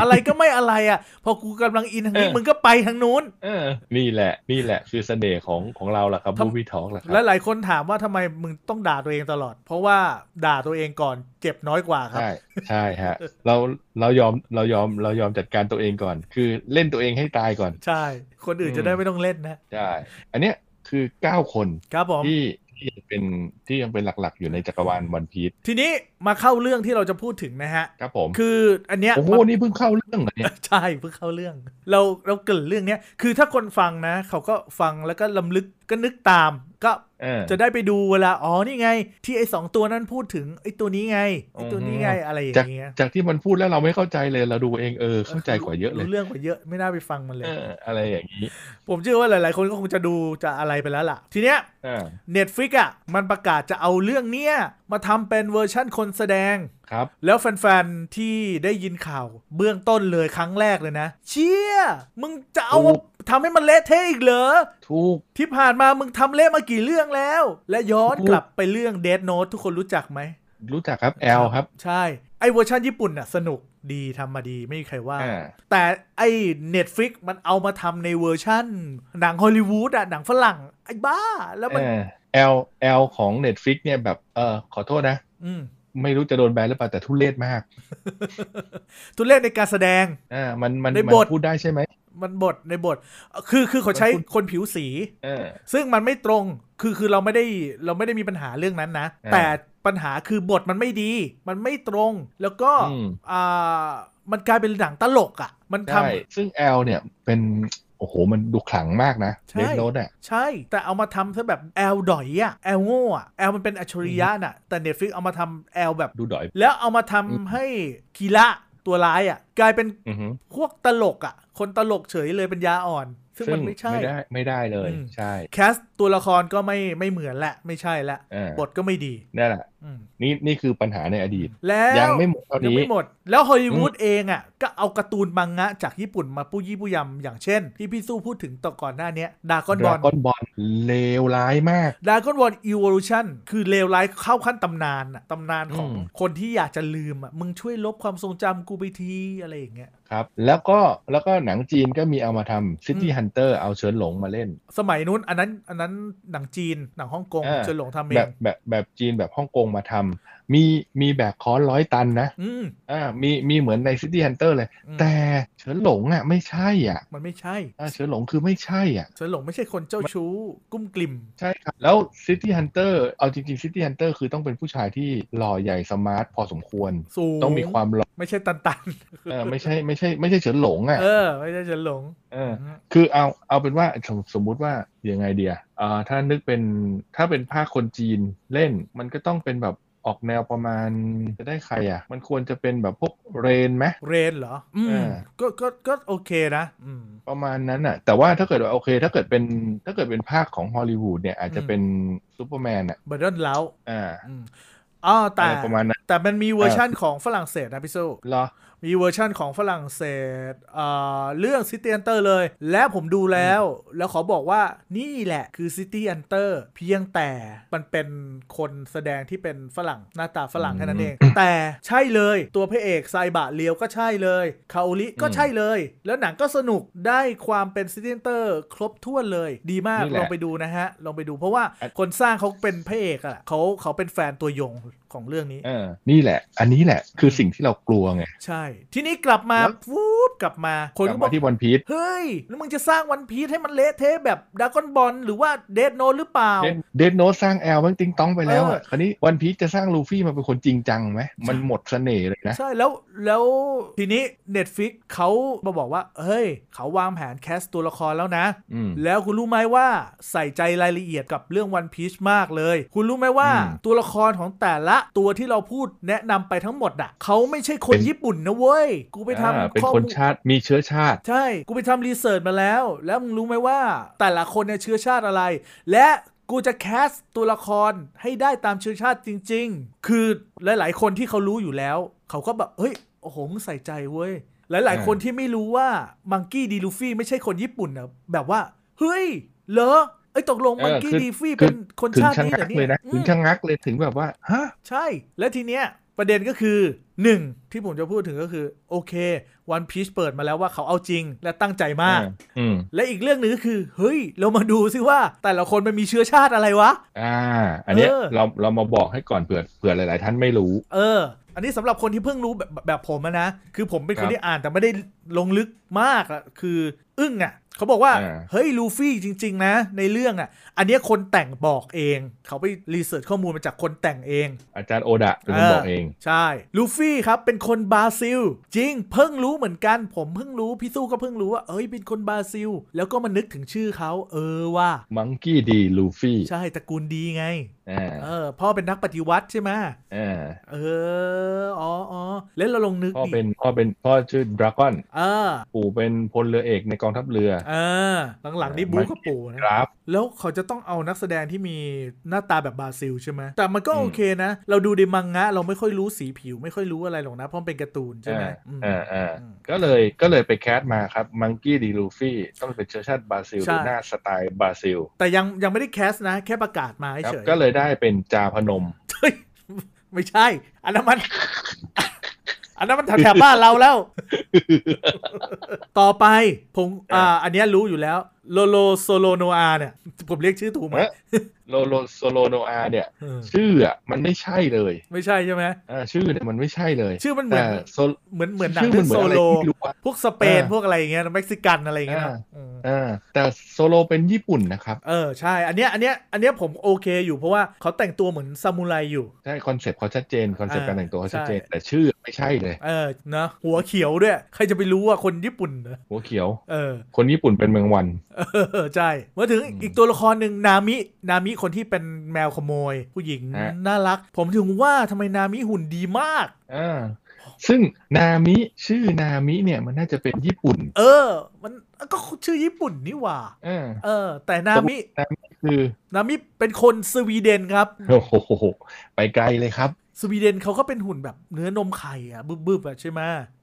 อะไรก็ไม่อะไรอ่ะ พอกูกำลังอินทางนี้
เออ
มึงก็ไปทางนู้น
เออ นี่แหละ นี่แหละ คือเสน่ห์ของของเราแหละครับ
ทำ
Movie Talk แหละค
และ
รับ
หลายคนถามว่าทำไมมึงต้องด่าตัวเองตลอด เพราะว่าด่าตัวเองก่อนเจ็บน้อยกว่าครับ
ใช่ ใช่ฮะ เราเรายอมเรายอมเรายอมจัดการตัวเองก่อน คือเล่นตัวเองให้ตายก่อน
ใช่ คนอื่นจะได้ไม่ต้องเล่นนะ
ใช่ อันเนี้ยคือ 9 คน
ครับผม
ที่ที่ยังเป็นที่ยังเป็นหลักๆ อยู่ในจักรวาลวันพีช
ทีนี้มาเข้าเรื่องที่เราจะพูดถึงนะฮะ
ครับผม
คืออันเนี้ย
โอ้โหนี่เพิ่งเข้าเรื่องเหรอเนี่ย
ใช่เพิ่งเข้าเรื่อง เราเราเกริดเรื่องเนี้ยคือถ้าคนฟังนะ เขาก็ฟังแล้วก็ลำลึกก็นึกตาม ก็
เออ
จะได้ไปดูเวลาอ๋อนี่ไง ที่ไอ้สองตัวนั้นพูดถึงไอ้ตัวนี้ไงไอ้ตัวนี้ไงอะไรอย่า
จาก
งเงี้ย
จากที่มันพูดแล้วเราไม่เข้าใจเลยเราดูเองเออเข้าใจกว่าเยอะเลย
รู้เรื่องกว่าเยอะไม่น่าไปฟังมันเลย
เอออะไรอย่างนี้
ผมเชื่อว่าหลาย ๆ คนก็คงจะดูจะอะไรไปแล้วล่ะ ทีเนี้ย
อ่า
Netflix อ่ะมันประกาศจะเอาเรื่องเนี้ยมาทำเป็นเวอร์ชั่นคนแสดง
ครับ
แล้วแฟน ๆ ที่ได้ยินข่าวเบื้องต้นเลยครั้งแรกเลยนะ เชี่ย มึงจะเอามา
ถูก
ทำให้มันเละเทะอีกเหรอ
ถูก
ที่ผ่านมามึงทำเละมากี่เรื่องแล้ว และย้อน
ถูก
กลับไปเรื่อง Dead Note ทุกคนรู้จักไหม
รู้จักครับแอลครับ
ใช่ ไอเวอร์ชันญี่ปุ่นน่ะสนุกดีทำมาดีไม่มีใครว่า
อ่า
แต่ไอ Netflix มันเอามาทำในเวอร์ชันหนังฮอลลีวูดอะหนังฝรั่ง ไอ้บ้า แล้วมัน
แอลแอลของ Netflix เนี่ยแบบเออขอโทษนะ
อืม
ไม่รู้จะโดนแบนหรือเปล่าแต่ทุเรศมาก
ตัวเลขในการแสดง
อ่ามันมัน
ใน
มัน
บท
พูดได้ใช่ไหม
มันบทในบทคือคือเขาใช้คนผิวสี
เออ
ซึ่งมันไม่ตรง คือคือเราไม่ได้เราไม่ได้มีปัญหาเรื่องนั้นนะ
อ่า
แต่ปัญหาคือบทมันไม่ดี มันไม่ตรง แล้วก็
อืม
อ่ามันกลายเป็นหนังตลกอะ่ะ มันทำ
ใช่ซึ่งแอลเนี่ยเป็นโอ้โหมันดูขลังมากนะ
ใช่
เดนโนดอ่ะ
ใช่ แต่เอามาทำซะแบบแอลดอยอะ่ะ แอลโง่อะ่ะ แอลมันเป็นอัจฉริยะน่ะ แต่ Netflix เอามาทำแอลแบบ
ดูดอย
แล้วเอามาทำให้คีระตัวร้ายอะ่ะ กลายเป็น
อือฮึ
พวกตลกอะ่ะ คนตลกเฉยเลยเป็นยาอ่อน ซึ่งมันไม่ใช่
ไม่ได้ไม่ได้เลย
อืม
ใช่
แคสตัวละครก็ไม่ไม่เหมือนแหละ ไม่ใช่ละ
อ่า
บทก็ไม่ดี
นั่นแหละ
อืม
นี่นี่คือปัญหาในอดีต
แล้ว
ยังไม่หมดเท่า
ยัง
นี้
ไม่หมด แล้วฮอลลีวูดเองอ่ะ ก็เอาการ์ตูนมังงะจากญี่ปุ่นมาปู้ยี่ปู้ยำอย่างเช่น ที่พี่สู้พูดถึงต่อก่อนหน้าเนี้ยดากอนบอล
Dragon Ball เลวร้ายมาก
ดากอนบอลอีวอลูชันคือเลวร้ายเข้าขั้นตำนานอ่ะตำนานของ
อืม
คนที่อยากจะลืมอ่ะมึงช่วยลบความทรงจำกูไปทีอะไรอย่างเงี้ย
ครับ แล้วก็แล้วก็หนังจีนก็มีเอามาทำ City
อืม
Hunter เอาเชิญหลงมาเล่น
สมัยนู้นอันนั้นอันนั้นหนังจีนหนังฮ่องกง
อ่า
เจนหลงทำเอ
แบบ
ง
แบบแบบจีนแบบฮ่องกงมาทำมีมีแบบค้อนร้อยตันนะ
อืม
อ่ามีมีเหมือนใน City Hunter เลย
อืม
แต่เฉินหลงอ่ะไม่ใช่อ่ะ
มันไม่ใช่
อ่าเฉินหลงคือไม่ใช่อ่ะ
เจนหลงไม่ใช่คนเจ้าชู้กุ้มกลิ่ม
ใช่ครับ แล้ว City Hunter เอาจริงๆ City Hunter คือต้องเป็นผู้ชายที่หล่อใหญ่สมาร์ทพอสมควร
สูง
ต้องมีความหล่อ
ไม่ใช่ตันตัน
เออไม่ใช่ไม่ใช่ไม่ใช่เฉินหลงอ่ะ
เออ ไม่ใช่เจนหลง
เออ
อืม
คือเอาเอาเป็นว่าสมสมมุติว่าอย่างไงเดียอ่าถ้านึกเป็นถ้าเป็นภาคคนจีนเล่น มันก็ต้องเป็นแบบออกแนวประมาณจะได้ใครอ่ะ มันควรจะเป็นแบบพวกเรนไหม
เรนเหรอ อืม
อ่า
ก็ ก็ ก็โอเคนะ อืม
ประมาณนั้นอ่ะ แต่ว่าถ้าเกิดว่าโอเคถ้าเกิดเป็นถ้าเกิดเป็นภาคของฮอลลีวูดเนี่ยอาจจะเป็นซูเปอร์แมนอ่ะ
บัดเดิลเล้า
อ่า
อืมอ๋อแต่
อะไรประมาณนั้น
แต่มันมีเวอร์ชั่นของฝรั่งเศสนะพี่โซ
เหรอ
มีเวอร์ชั่นของฝรั่งเศสอ่าเรื่อง City Hunter เลย และผมดูแล้ว แล้วขอบอกว่านี่แหละคือ City Hunter เพียงแต่มันเป็นคนแสดงที่เป็นฝรั่งหน้าตาฝรั่งแค่นั้นเอง แต่ใช่เลยตัวพระเอกไซบะเลียวก็ใช่เลย คาโอลิก็
อืม
ใช่เลย แล้วหนังก็สนุกได้ความเป็น City Hunter ครบถ้วนเลย ดีมาก
นี่
ล
แห
อ
ละ
งไปดูนะฮะลองไปดูเพราะว่า
อัน
คนสร้างเขาเป็นพระเอกอะแหละเขาเขาเป็นแฟนตัวยงของเรื่องนี้
เออนี่แหละ อันนี้แหละคือสิ่งที่เรากลัวไง
ใช่ ทีนี้กลับมา
แล้ว
ฟูบกลับมา คน
กลับ
ก็บอ
มาก ที่วันพีช
เฮ้ย แล้วมึงจะสร้างวันพีทให้มันเละเทะแบบดากอนบอลหรือว่าเดดโนหรือเปล่า
เดนโนสร้างแอลมันติงต้องไปแล้วอ่ะ
เออ
คราวนี้วันพีชจะสร้างลูฟี่มาเป็นคนจริงจังไหมมันหมดเสน่ห์เลยนะ
ใช่แล้วแล้วทีนี้ Netflix เขามาบอกว่า เฮ้ย เขาวางแผนแคสตัวละครแล้วนะ
อืม
แล้วคุณรู้ไหมว่าใส่ใจรายละเอียดกับเรื่องวันพีชมากเลย คุณรู้ไหมว่า
อืม
ตัวละครของแต่ละตัวที่เราพูดแนะนำไปทั้งหมดอ่ะเขาไม่ใช่คน
เป็น
ญี่ปุ่นนะเว้ยกูไป
อ่า
ทำ
เป็น
ข้อ
คน
มูล
ชาติมีเชื้อชาติ
ใช่ กูไปทำรีเสิร์ชมาแล้ว แล้วมึงรู้ไหมว่าแต่ละคนเนี่ยเชื้อชาติอะไร และกูจะแคสตัวละครให้ได้ตามเชื้อชาติจริง ๆ คือหลาย ๆ คนที่เขารู้อยู่แล้ว เขาก็แบบ เฮ้ย โอ้โหมึงใส่ใจเว้ย หลาย ๆ คนที่ไม่รู้ว่ามังกี้ดีลูฟี่ไม่ใช่คนญี่ปุ่นนะแบบว่า เฮ้ย เหรอไอ้ยตกลง
เออ
มังกี้
คือ
ดีฟี่เป็นคน
ถึง
ชาติ
ชะ
นี้
งั
เหรอก เนี่
เลย ยนะ
อื
ถึง
ม
ชะงักเลยถึงแบบว่าฮะ
ใช่ และทีเนี้ยประเด็นก็คือ 1 ที่ผมจะพูดถึงก็คือ โอเควันพีชเปิดมาแล้วว่าเขาเอาจริงและตั้งใจมาก
อืม
และอีกเรื่องหนึ่งก็คือ เฮ้ย เรามาดูซิว่า แต่ละคนมันมีเชื้อชาติอะไรวะ
อ่า อันเนี้ย
เออ
เราเรามาบอกให้ก่อนเผื่อเผื่อหลาย ๆ ท่านไม่รู้
เออ อันนี้สำหรับคนที่เพิ่งรู้แบบแบบผมอะนะ คือผมเป็นค
ครั
น
บ
ที่อ่านแต่ไม่ได้ลงลึกมากอะคืออึ้งอะเขาบอกว่า
อ่า
เฮ้ยลูฟี่จริง ๆ นะ ในเรื่องอะอันเนี้ยคนแต่งบอกเอง เขาไปรีเสิร์ชข้อมูลมาจากคนแต่งเอง
อาจารย์โอดะเป็นคนบอกเอง
ใช่ ลูฟี่ครับเป็นคนบราซิล จริง เพิ่งรู้เหมือนกัน ผมเพิ่งรู้ พี่สู้ก็เพิ่งรู้ว่า เอ้ย เป็นคนบราซิล แล้วก็มานึกถึงชื่อเขา เออว่า
มังกี้ดีลูฟี่
ใช่ตระกูลดีไง
อ่า
เออ พ่อเป็นนักปฏิวัติใช่ไหม
อ่า
เออ อ๋ออ๋อแล้วเราลองนึก
พ่อ
ดิ
เป็นพ่อเป็นพ่อชื่อดราก้อน
เออ
ปู่เป็นพลเรือเอกในกองทัพเรือ
เออหลังๆนี่บู๊กับปู่นะ
กราฟ
แล้วเขาจะต้องเอานักแสดงที่มีหน้าตาแบบบราซิลใช่ไหม แต่มันก็
อืม
โอเคนะ เราดูในมังงะ เราไม่ค่อยรู้สีผิว ไม่ค่อยรู้อะไรหรอกนะ เพราะมันเป็นการ์ตูนใช่ไหมม
อ่าอ่า
อืม
ก็เลยก็เลยไปแคสมาครับมังกี้ดีลูฟี่ต้องเป็นเชื้อชาติบราซิล
ใช่
ดูหน้าสไตล์บราซิล
แต่ยังยังไม่ได้แคสนะ แค่ประกาศมา
ครับ
เฉย
ก็เลยได้เป็นจาพนม
เฮ้ยไม่ใช่ อันนั้นมัน อันนั้นมันแถบๆบ้านเราแล้ว ต่อไปผมอ่า อันเนี้ยรู้อยู่แล้ว โลโลโซโลโนอาเนี่ย ผมเรียกชื่อถูกไหม
เอ๊ะ โลโลโซโลโนอาเนี่ย
เออ
ชื่ออ่ะมันไม่ใช่เลย
ไม่ใช่ใช่ไหม
อ่าชื่อเนี่ยมันไม่ใช่เลย
ชื่อมันเหมื
แต่
อน
โซ
เหมือนเหมือนหนัง
ชื่อ
เรื่อน ง
มัเห
โซ
มือนอะไร
โล
ที่ไม่รู้อ่ะ
พวกสเปน
อ่า
พวกอะไรอย่างเงี้ยเม็กซิกันอะไรอย่างเงี้ยเนอะ
อ่า
อืม
อ่าแต่โซโลเป็นญี่ปุ่นนะครับ
เออใช่ อันเนี้ยอันเนี้ยอันเนี้ยผมโอเคอยู่เพราะว่าเขาแต่งตัวเหมือนซามูไรอยู่
ใช่คอนเซปต์เขาชัดเจนคอนเซปต์
อ่า
การแต่งตัวเขาชัดเจน
ใช่
แต่ชื่อไม่ใช่เลย
เออนะหัวเขียวด้วย ใครจะไปรู้ว่าคนญี่ปุ่นเหรอ
หัวเขียว
เออ
คนญี่ปุ่นเป็นเมืองวัน
เออ <laughs> ใช่มาถึงอีกตัวละครหนึ่งนามิ นามิคนที่เป็นแมวขโมย ผู้หญิง
ฮะ
น่ารัก ผมถึงว่าทำไมนามิหุ่นดีมาก
อ่า ซึ่งนามิชื่อนามิเนี่ยมันน่าจะเป็นญี่ปุ่น
เออ มันก็ชื่อญี่ปุ่นนี่หว่า
อ่า
เออ แต่นามิ
คือ
นามิเป็นคนสวีเดนครับ
โอ้โหไปไกลเลยครับ
สวีเดนเขาก็เป็นหุ่นแบบเนื้อนมไข่อะบึบๆอะใช่ไหม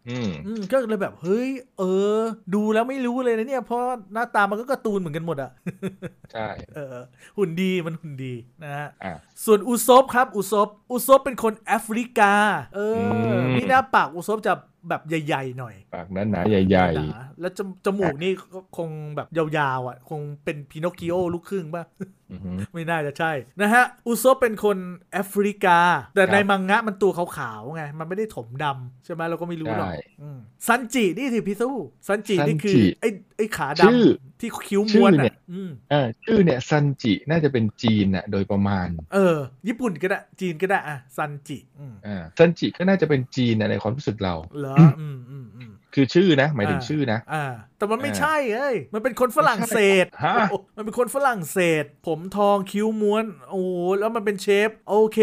อืม
อืมก็เลยแบบ เฮ้ย เออ ดูแล้วไม่รู้เลยนะเนี่ย เพราะหน้าตามันก็การ์ตูนเหมือนกันหมดอะ <laughs>
ใช่
เออหุ่นดีมันหุ่นดีนะฮะ
อ่ะ
ส่วนอุซบครับอุซบอุซบเป็นคนแอฟริกา เอออ
ม
มีหน้าปากอุซบจะแบบใหญ่ๆหน่อย
ปากนั้นหนาๆใหญ่
หนาแล้วจมจมูกนี่ก็คงแบบยาวๆอ่ะ คงเป็นพินอคกิโอลูกครึ่งป่ะ <laughs>
ๆอือหือ
ไม่น่าจะใช่นะฮะอุซบเป็นคนแอฟริกา แต่
ครับ
ในมังงะมันตัวขาวๆไง มันไม่ได้ถมดำใช่ไหมเราก็ไม่รู้หรอก
ใช่
อืมซันจินี่สิพี่สู้ ซันจินี่คือ
ซันจิ
ไอ้ไอ้ขาด
ชื่อ
ำที่คิ้วม้วน
ชื่อ
อ่ะ
เนี่ย
อืม
เออชื่อเนี่ยซันจิน่าจะเป็นจีนน่ะโดยประมาณ
เออ ญี่ปุ่นก็ได้ จีนก็ได้อะซันจิอืม
อ่าซันจิก็น่าจะเป็นจีนน่ะในความรู้สึกเรา
เหรออืมอืมอืม
คือชื่อนะ หมายถึง
อ่า
ชื่อนะ
อ่า แต่มันไม่ใช่เอ้ย มันเป็นคนฝรั่งเศส
ฮะ
โอ้มันเป็นคนฝรั่งเศส ผมทองคิ้วม้วน โอ้โหแล้วมันเป็นเชฟ โอเค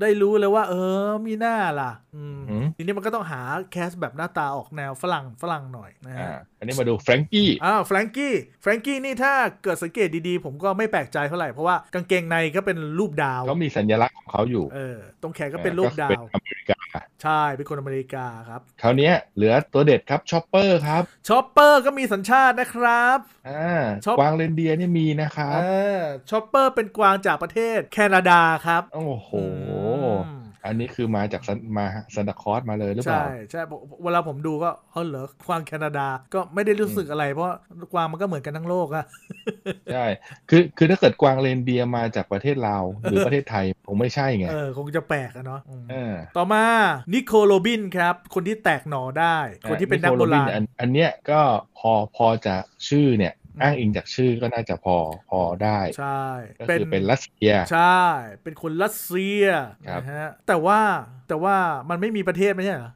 ได้รู้เลยว่า เออ มีหน้าล่ะ อืม
อืม
ทีนี้มันก็ต้องหาแคสแบบหน้าตาออกแนวฝรั่งฝรั่งหน่อยนะฮะ
อ่าอันนี้มาดูแฟรงกี้
อ่าแฟรงกี้แฟรงกี้นี่ถ้าเกิดสังเกตดีๆ ผมก็ไม่แปลกใจเท่าไหร่เพราะว่ากางเกงในก็เป็นรูปดาว
เขามีสัญลักษณ์ของเขาอยู่
เออ ตรงแขนก็เป็นรูปดา
เป็น
ว
อเมริกา
ใช่ เป็นคนอเมริกาครับ
คราวเนี้ยเหลือตัวเด็ดครับชอปเปอร์ครับ
ชอปเปอร์ก็มีสัญชาตินะครับ
อ่า
Chop-
กวางเรนเดียร์เนี่ยมีนะครั
เอบ อชอปเปอร์เป็นกวางจากประเทศแคนาดาครับ
โอ้โห
อืม
อันนี้คือมาจากซันมาซันตาคลอสมาเลยหรือเป
ใช่
ล่า
ใช่ผมเวลาผมดูก็เออเหรอกวางแคนาดาก็ไม่ได้รู้สึกอะไร เพราะกวางมันก็เหมือนกันทั้งโลกอะ
ใช่ คือคือถ้าเกิดกวางเรนเดียร์มาจากประเทศลาว หรือประเทศไทยผมไม่ใช่ไง
เออ คงจะแปลกอะเนาะอืม
เออ
ต่อมานิโคโลบินครับ คนที่แตกหน่อได้ คนที่เป็นนักโบราณ
อันอันเนี้ยก็พอพอจะชื่อเนี่ย อ้างอิงจากชื่อก็น่าจะพอพอได้
ใช่
ก็คือเป็นรัสเซีย
ใช่ เป็นคนรัสเซีย
ครับ
นะฮะแต่ว่าแต่ว่ามันไม่มีประเทศไม่ใช่เหรอ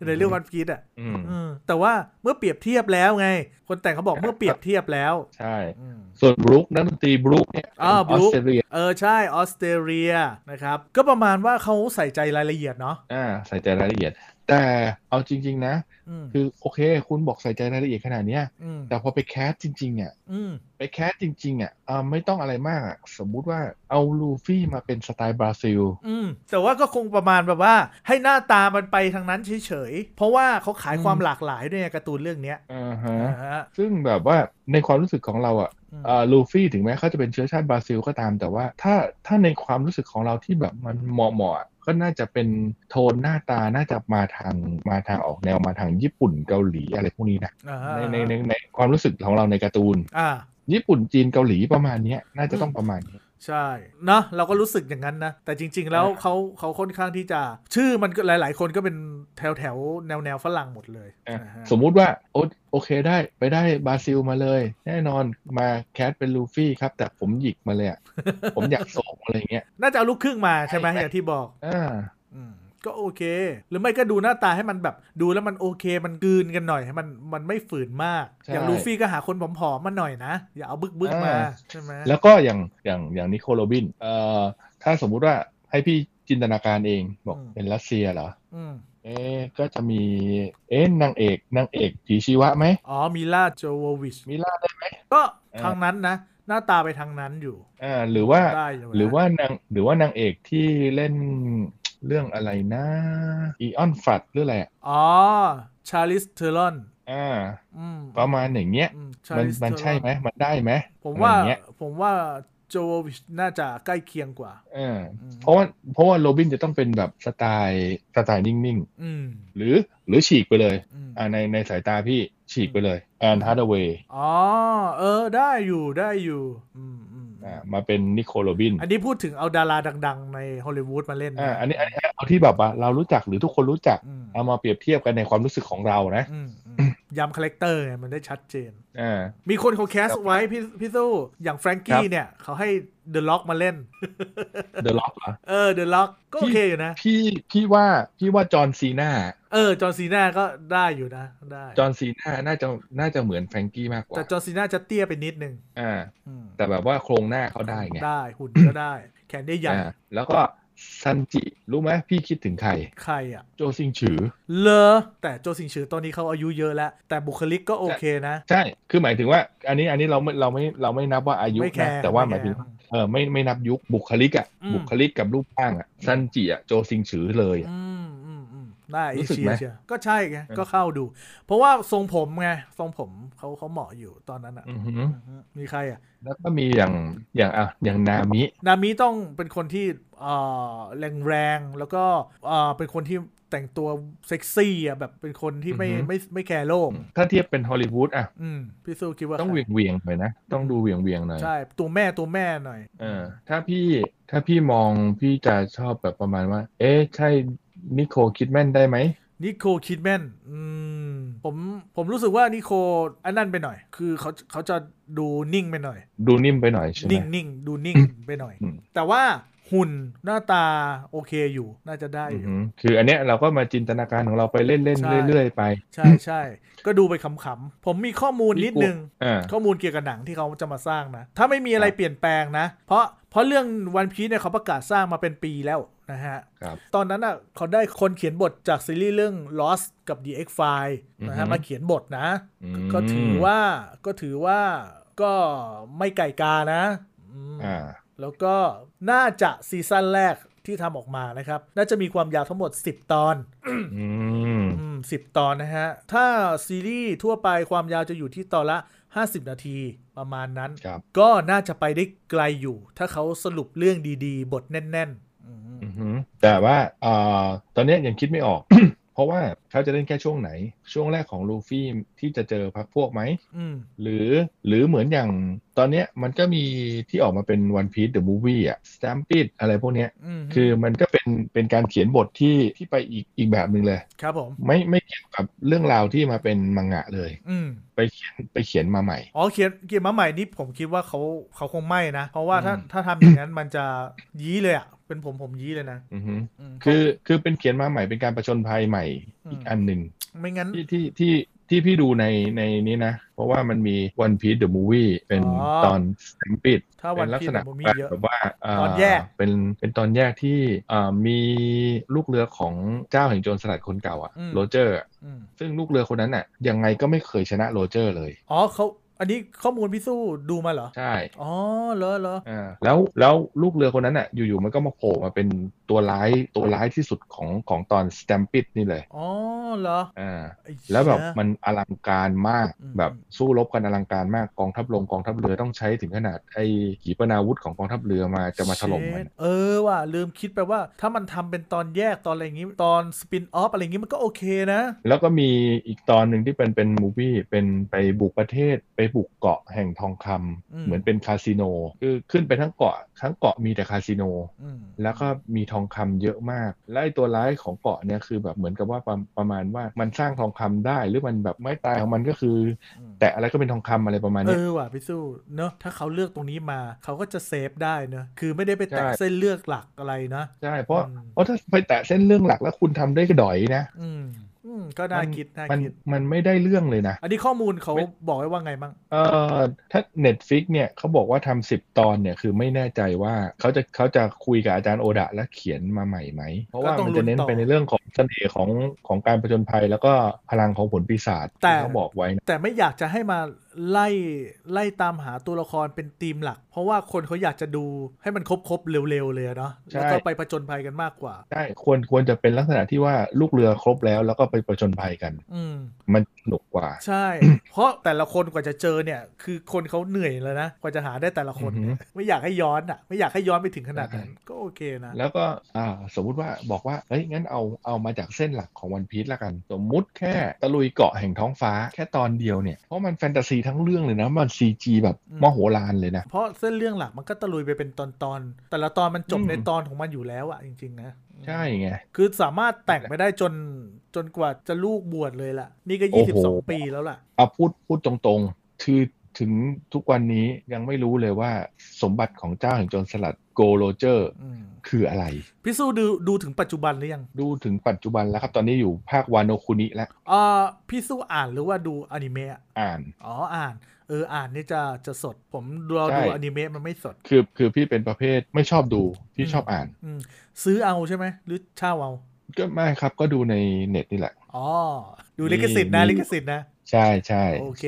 <laughs> ในเรื่องวันพีชอะ
อืม
เออแต่ว่าเมื่อเปรียบเทียบแล้วไง คนแต่งเขาบอก
ครับ
เมื่อเปรียบเทียบแล้ว
ใช่
อืม
ส่วนบรูคนักดนตรีบรูคเนี่ยเป็น
อ่า
ออส
Brook
เตรเลีย
เออใช่ออสเตรเลียนะครับ ก็ประมาณว่าเขาใส่ใจรายละเอียดเนาะ
อ่าใส่ใจรายละเอียด แต่เอาจริง ๆ นะ
อืม
คือโอเค คุณบอกใส่ใจรายละเอียดขนาดเนี้ย
อืม
แต่พอไปแคสจริงๆอ่ะ
อืม
ไปแคสจริงๆอ่ะอ่าไม่ต้องอะไรมากอะสมมุติว่าเอาลูฟี่มาเป็นสไตล์บราซิล
อืมแต่ว่าก็คงประมาณแบบว่า ให้หน้าตามันไปทางนั้นเฉยๆ เพราะว่าเขาขาย
อืม
ความหลากหลายด้วยไงการ์ตูนเรื่องเนี้ย
อ่าฮะ
อ่าฮะ
ซึ่งแบบว่าในความรู้สึกของเราอ่ะ
อืม
อ่าลูฟี่ถึงแม้เขาจะเป็นเชื้อชาติบราซิลก็ตาม แต่ว่าถ้าถ้าในความรู้สึกของเราที่แบบมันเหมาะเหมาะอะก็น่าจะเป็นโทนหน้าตาน่าจะมาทางมาทางออกแนวมาทางญี่ปุ่นเกาหลีอะไรพวกนี้นะ
อ่าฮะ
ในในในในความรู้สึกของเราในการ์ตูน
อ่า
ญี่ปุ่นจีนเกาหลีประมาณเนี้ยน่าจะต้องประมาณนี้
ใช่เนาะเราก็รู้สึกอย่างนั้นนะ แต่จริง ๆ แล้ว
อ่า
เขาเขาค่อนข้างที่จะ ชื่อมันก็หลาย ๆ คนก็เป็นแถวแถวๆแนวแนวๆฝรั่งหมดเลย
อ่ะ
นะฮะ
สมมุติว่าโอโอเคได้ไปได้บราซิลมาเลย แน่นอนมาแคสเป็นลูฟี่ครับ แต่ผมหยิกมาเลยอะผมอยากโศกอะไรเงี้ย
น่าจะเอาลูกครึ่งมาใช่ไหม
ใช่
อย่างที่บอก
อ่า
อืมก็โอเค หรือไม่ก็ดูหน้าตาให้มันแบบ ดูแล้วมันโอเคมันกลืนกันหน่อยให้มันมันไม่ฝืนมาก
ใช่
อย่างลูฟี่ก็หาคนผอมๆมาหน่อยนะ อย่าเอาบึกบึกๆมา
อ่า
ใช่ไหม
แล้วก็อย่างอย่างอย่างนิโคโรบินเอ่อถ้าสมมุติว่าให้พี่จินตนาการเองบอกเป็นรัสเซียเหรอ
อืม
เอ๊ะก็จะมีเอ๊ะนางเอกนางเอกผีชีวะไหม
อ๋อมิลาโจโววิช
มิล่าได้ไหม
ก็
อ่า
ทางนั้นนะ หน้าตาไปทางนั้นอยู่
อ่าหรือว่า
ได้อยู่นะ
หรือว่านางหรือว่านางเอกที่เล่นเรื่องอะไรนะอีออนฟัดหรืออะไรอะ
อ๋อชาลิสเทอรอน
อ่า
อืม
ประมาณอย่างเงี้ย
อืม
มัน
Charlize
มันใช่
Theron
ไหม มันได้ไหม
ผม
อะไร
ว่า
อย่งเงี้ย
ผมว่าโจโววิชน่าจะใกล้เคียงกว่า
เออ
อืม
เพราะว่า เพราะว่าโรบินจะต้องเป็นแบบสไตล์สไตล์นิ่ง
อืม
ๆ หรือหรือฉีกไปเลย
อืม
อ่า ใน ในสายตาพี่ฉีกไปเลย แอนฮาร์ดเวย์
อ๋อ เออ ได้อยู่ได้อยู่ อืมอืม
อ่า มาเป็นนิโคลโรบิน
อันนี้พูดถึงเอาดาราดัง ๆ ในฮอลลีวูดมาเล่น
อ่า อันนี้ อันนี้เอาที่แบบว่าเรารู้จักหรือทุกคนรู้จัก
อืม
เอามาเปรียบเทียบกันในความรู้สึกของเรานะ
อืมอืมย้ำคาแรคเตอร์ไงมันได้ชัดเจน
อ่า
มีคนเขาแคสไว้พี่พี่สู้อย่างแฟรงกี้เนี่ย เขาให้เดอะล็อกมาเล่น
เดอะล็อกเหรอ
เออเดอะล็อกก็โอเคอยู่นะ
พี่ พี่ว่า พี่ว่าจอห์นซีนา
เออ จอร์นซีน่าก็ได้อยู่นะ ได้
จอห์นซีนาน่าจะ น่าจะเหมือนแฟรงกี้มากกว่า
แต่จอร์นซีน่าจะเตี้ยไปนิดนึง
อ่า
อืม
แต่แบบว่าโครงหน้าเขาได้ไง
ได้หุ่นก็ได้ แขนได้ใหญ่
อ่าแล้วก็ ซันจิ รู้ไหมพี่คิดถึงใคร
ใครอ่ะ
โจซิงฉือ
เลอแต่โจซิงชือตอนนี้เขาอายุเยอะแล้ว แต่บุคลิกก็โอเคนะ
ใช่ คือหมายถึงว่า อันนี้อันนี้เราไม่เราไม่เราไม่นับว่าอายุ
ไม่แค
นะ
ร์
แต่ว่าห
ไม่
มาย
แคร์
ถึงเออไม่ไม่นับยุคบุคลิกอะ
อืม
บุคลิกกับรูปร่างอะซันจิอะโจซิงฉือเลยอะ
อืมอืมอืมได้เอ
รู้สึก
เชีย
ไหม
เชียก็ใช่ไง
เออ
ก็เข้าดู เพราะว่าทรงผมไงทรงผมเขาเขาเหมาะอยู่ตอนนั้นอ่ะ
อือหือ
อืมมีใครอ่ะ
แล้วก็มีอย่างอย่างอ่ะอย่างนามิ
นามิต้องเป็นคนที่เอ่อแรงแรงๆแล้วก็เอ่อเป็นคนที่แต่งตัวเซ็กซี่อ่ะแบบเป็นคนที่ไม่
อือหือ
ไม่ไม่แคร์โลก
ถ้าเทียบเป็นฮอลลีวูดอ่ะ
อืมพี่สู้คิดว่า
ต้อง
ใคร
เวียงเวียงๆหน่อยนะ ต้องดูเวียงเวียงๆหน่อย
ใช่ตัวแม่ตัวแม่หน่อย
เออถ้าพี่ถ้าพี่มองพี่จะชอบแบบประมาณว่า เอ๊ะ ใช่นิโคลคิดแมนได้ไหม
นิโคลคิดแมนอืมผมผมรู้สึกว่านิโคลอันนั้นไปหน่อย คือเขาเขาจะดูนิ่งไปหน่อย
ดูนิ่มไปหน่อยใช่ไหม
นิ่งนิ่งดูนิ่งไปหน่อย
อืม
แต่ว่าหุ่นหน้าตาโอเคอยู่น่าจะได้อ
อือยู่ หือคืออันเนี้ยเราก็มาจินตนาการของเราไปเล่นเล่น
ใช่
เรื่อยๆไป
ใช่ใช่ก็ดูไปขำๆผมมีข้อมูลนิดนึง
อ่า
ข้อมูลเกี่ยวกับหนังที่เขาจะมาสร้างนะ ถ้าไม่มีอะไร
ครับ
เปลี่ยนแปลงนะ เพราะเพราะเรื่องวันพีซเนี่ยเขาประกาศสร้างมาเป็นปีแล้วนะฮะ
ครับ
ตอนนั้นอ่ะเขาได้คนเขียนบทจากซีรีส์เรื่อง Lost กับ The X File นะฮะ
อือฮึ
มาเขียนบทนะ
อืม
ก็ถือว่าก็ถือว่าก็ไม่ไก่กานะอืม
อ่า
แล้วก็น่าจะซีซั่นแรกที่ทำออกมานะครับ น่าจะมีความยาวทั้งหมด 10 ตอน
อืม
อืมสิบตอนนะฮะ ถ้าซีรีส์ทั่วไปความยาวจะอยู่ที่ตอนละ 50 นาทีประมาณนั้น
ครับ
ก็น่าจะไปได้ไกลอยู่ ถ้าเขาสรุปเรื่องดีๆ บทแน่นๆอืม
อือหือแต่ว่าเอ่อตอนเนี้ยยังคิดไม่ออก <coughs> เพราะว่าเขาจะเล่นแค่ช่วงไหน ช่วงแรกของลูฟี่ที่จะเจอพักพวกไหม
อืม
หรือหรือเหมือนอย่างตอนเนี้ยมันก็มีที่ออกมาเป็น One Piece The Movie อะ Stampede อะไรพวกเนี้ย
อืม
คือมันก็เป็นเป็นการเขียนบทที่ที่ไปอีกอีกแบบหนึ่งเลย
ครับผม
ไม่ไม่เกี่ยวกับเรื่องราวที่มาเป็นมังงะเลย
อืม
ไปเขียนไปเขียนมาใหม่
อ๋อเขียนเขียนมาใหม่นี่ผมคิดว่าเขาเขาคงไม่นะ เพราะว่าถ้า
อืม
ถ้าทำอย่างนั้นมันจะยี้เลยอ่ะ เป็นผมผมยี้เลยนะ
อือหือ
อืม
คือคือเป็นเขียนมาใหม่เป็นการประชนภัยใหม่อีกอันหนึ่ง
ไม่งั้น
ที่ที่ที่ที่พี่ดูในในนี้นะ เพราะว่ามันมี One Piece The Movie เป็น
อ๋อ
ตอนสามปิด
ถ้าวั
เป็น นลัก
พี
ษ
น
ณะ
ผมมีเยอะ
แบบว่าา
ตอนแยก
เป็นเป็นตอนแยกที่อ่ามีลูกเรือของเจ้าแห่งโจรสลัดคนเก่าอะ
อืม
โรเจอร์อะ
อืม
ซึ่งลูกเรือคนนั้นอะยังไงก็ไม่เคยชนะโรเจอร์เลย
อ๋อเขาอันนี้ข้อมูลพี่สู้ดูมาเหรอ
ใช่
อ๋อเหรอเหรอ
อ่าแล้วแล้วลูกเรือคนนั้นอะอยู่ๆมันก็มาโผล่มาเป็นตัวร้ายตัวร้ายที่สุดของของตอน Stampede นี่เลย
อ๋อเหรอ
อ่า
ไอ้เหี้ย
แล้วแบบมันอลังการมาก
อืม
แบบสู้รบกันอลังการมากกองทัพลงกองทัพเรือต้องใช้ถึงขนาดไอ้ขีปนาวุธของกองทัพเรือมาจะมาถล่มมัน
เชดเออว่ะลืมคิดไปว่าถ้ามันทำเป็นตอนแยกตอนอะไรอย่างงี้ ตอนสปินออฟอะไรอย่างงี้มันก็โอเคนะ
แล้วก็มีอีกตอนหนึ่งที่เป็นเป็นมูฟี่เป็นไปบุกประเทศ ไปบุกเกาะแห่งทองคำ
อืม
เหมือนเป็นคาสิโนคือขึ้นไปทั้งเกาะทั้งเกาะมีแต่คาสิโน
อืม
แล้วก็มีทองคำเยอะมาก และไอ้ตัวร้ายของเกาะเนี่ยคือแบบเหมือนกับว่าประประมาณว่ามันสร้างทองคำได้หรือมันแบบไม้ตายของมันก็คือ แต่อะไรก็เป็นทองคำอะไรประมาณ
เอ
เนี้ย
อว่ะพี่สู้เนอะถ้าเขาเลือกตรงนี้มาเขาก็จะเซฟได้เนอะคือไม่ได้ไปแตะ
ใช่
เส้นเลือกหลักอะไรนะ
ใช่เพราะ
อืม
เพราะถ้าไปแตะเส้นเรื่องหลักแล้วคุณทำได้กระดอยนะ
อืมอืมก็น่าม
น
คิดน่า
มัน
คิด
มันไม่ได้เรื่องเลยนะ
อันนี้ข้อมูลเขา
ไม่
บอกไว้ว่าไงมั่ง
เออถ้า Netflix เนี่ยเขาบอกว่าทำสิบตอนเนี่ยคือไม่แน่ใจว่าเขาจะเขาจะคุยกับอาจารย์โอดะและเขียนมาใหม่ไหม เพราะว่ามันจะเน้นไปในเรื่องของเสน่ห์ของของการประจนภัย แล้วก็พลังของผลปีศาจที่เขาบอกไว้นะ
แต่ไม่อยากจะให้มาไล่ไล่ตามหาตัวละครเป็นธีมหลัก เพราะว่าคนเขาอยากจะดูให้มันครบๆเร็วๆเลยอะเนาะแล้วก็ไปผจญภัยกันมากกว่า
ได้ควรควรจะเป็นลักษณะที่ว่าลูกเรือครบแล้ว แล้วก็ไปประจนภัยกัน
อืม
มันสนุกกว่า <coughs>
ใช่ เพราะแต่ละคนกว่าจะเจอเนี่ย คือคนเขาเหนื่อยแล้วนะ กว่าจะหาได้แต่ละคนเนี่ย
อือหือ
ไม่อยากให้ย้อนอ่ะ ไม่อยากให้ย้อนไปถึงขนาดนั้น
ใช่
ก็โอเคนะ
แล้วก็อ่าสมมุติว่าบอกว่าเฮ้ยงั้นเอาเอามาจากเส้นหลักของวันพีซละกัน สมมุติแค่ตะลุยเกาะแห่งท้องฟ้าแค่ตอนเดียวเนี่ย เพราะมันแฟนตาซีทั้งเรื่องเลยนะ มันซีจีแบบมโหฬารเลยนะ
เพราะเส้นเรื่องหลักมันก็ตะลุยไปเป็นตอนๆ แต่ละตอนมันจบ
อืม
ในตอนของมันอยู่แล้วอ่ะจริงๆนะ
ใช่ไง
คือสามารถแต่งไปได้จนจนกว่าจะลูกบวชเลยล่ะ นี่ก็
โอ้โห
22 ปีแล้วล่ะ
เอาพูดพูดตรงๆ คือ ถึงทุกวันนี้ยังไม่รู้เลยว่าสมบัติของเจ้าแห่งโจรสลัดโกโรเจอร์
อืม
คืออะไร
พี่สู้ดูดูถึงปัจจุบันหรือยัง
ดูถึงปัจจุบันแล้วครับ ตอนนี้อยู่ภาควานโนคุนิและ
เอ่อพี่สู้อ่านหรือว่าดูอนิเมะอะ
อ่าน
อ๋ออ่าน เอออ่านนี่จะจะสด ผมดู
ใช่
ดูอนิเมะมันไม่สด
คือคือพี่เป็นประเภทไม่ชอบดูพี่ชอบอ่าน
อืมซื้อเอาใช่ไหมหรือเช่าเอา
ก็ไม่ครับก็ดูในเน็ตนี่แหละ
อ๋อดูลิขสิทธิ์นะ
มี
ลิขสิทธิ์นะ
ใช่ใช่
โอเค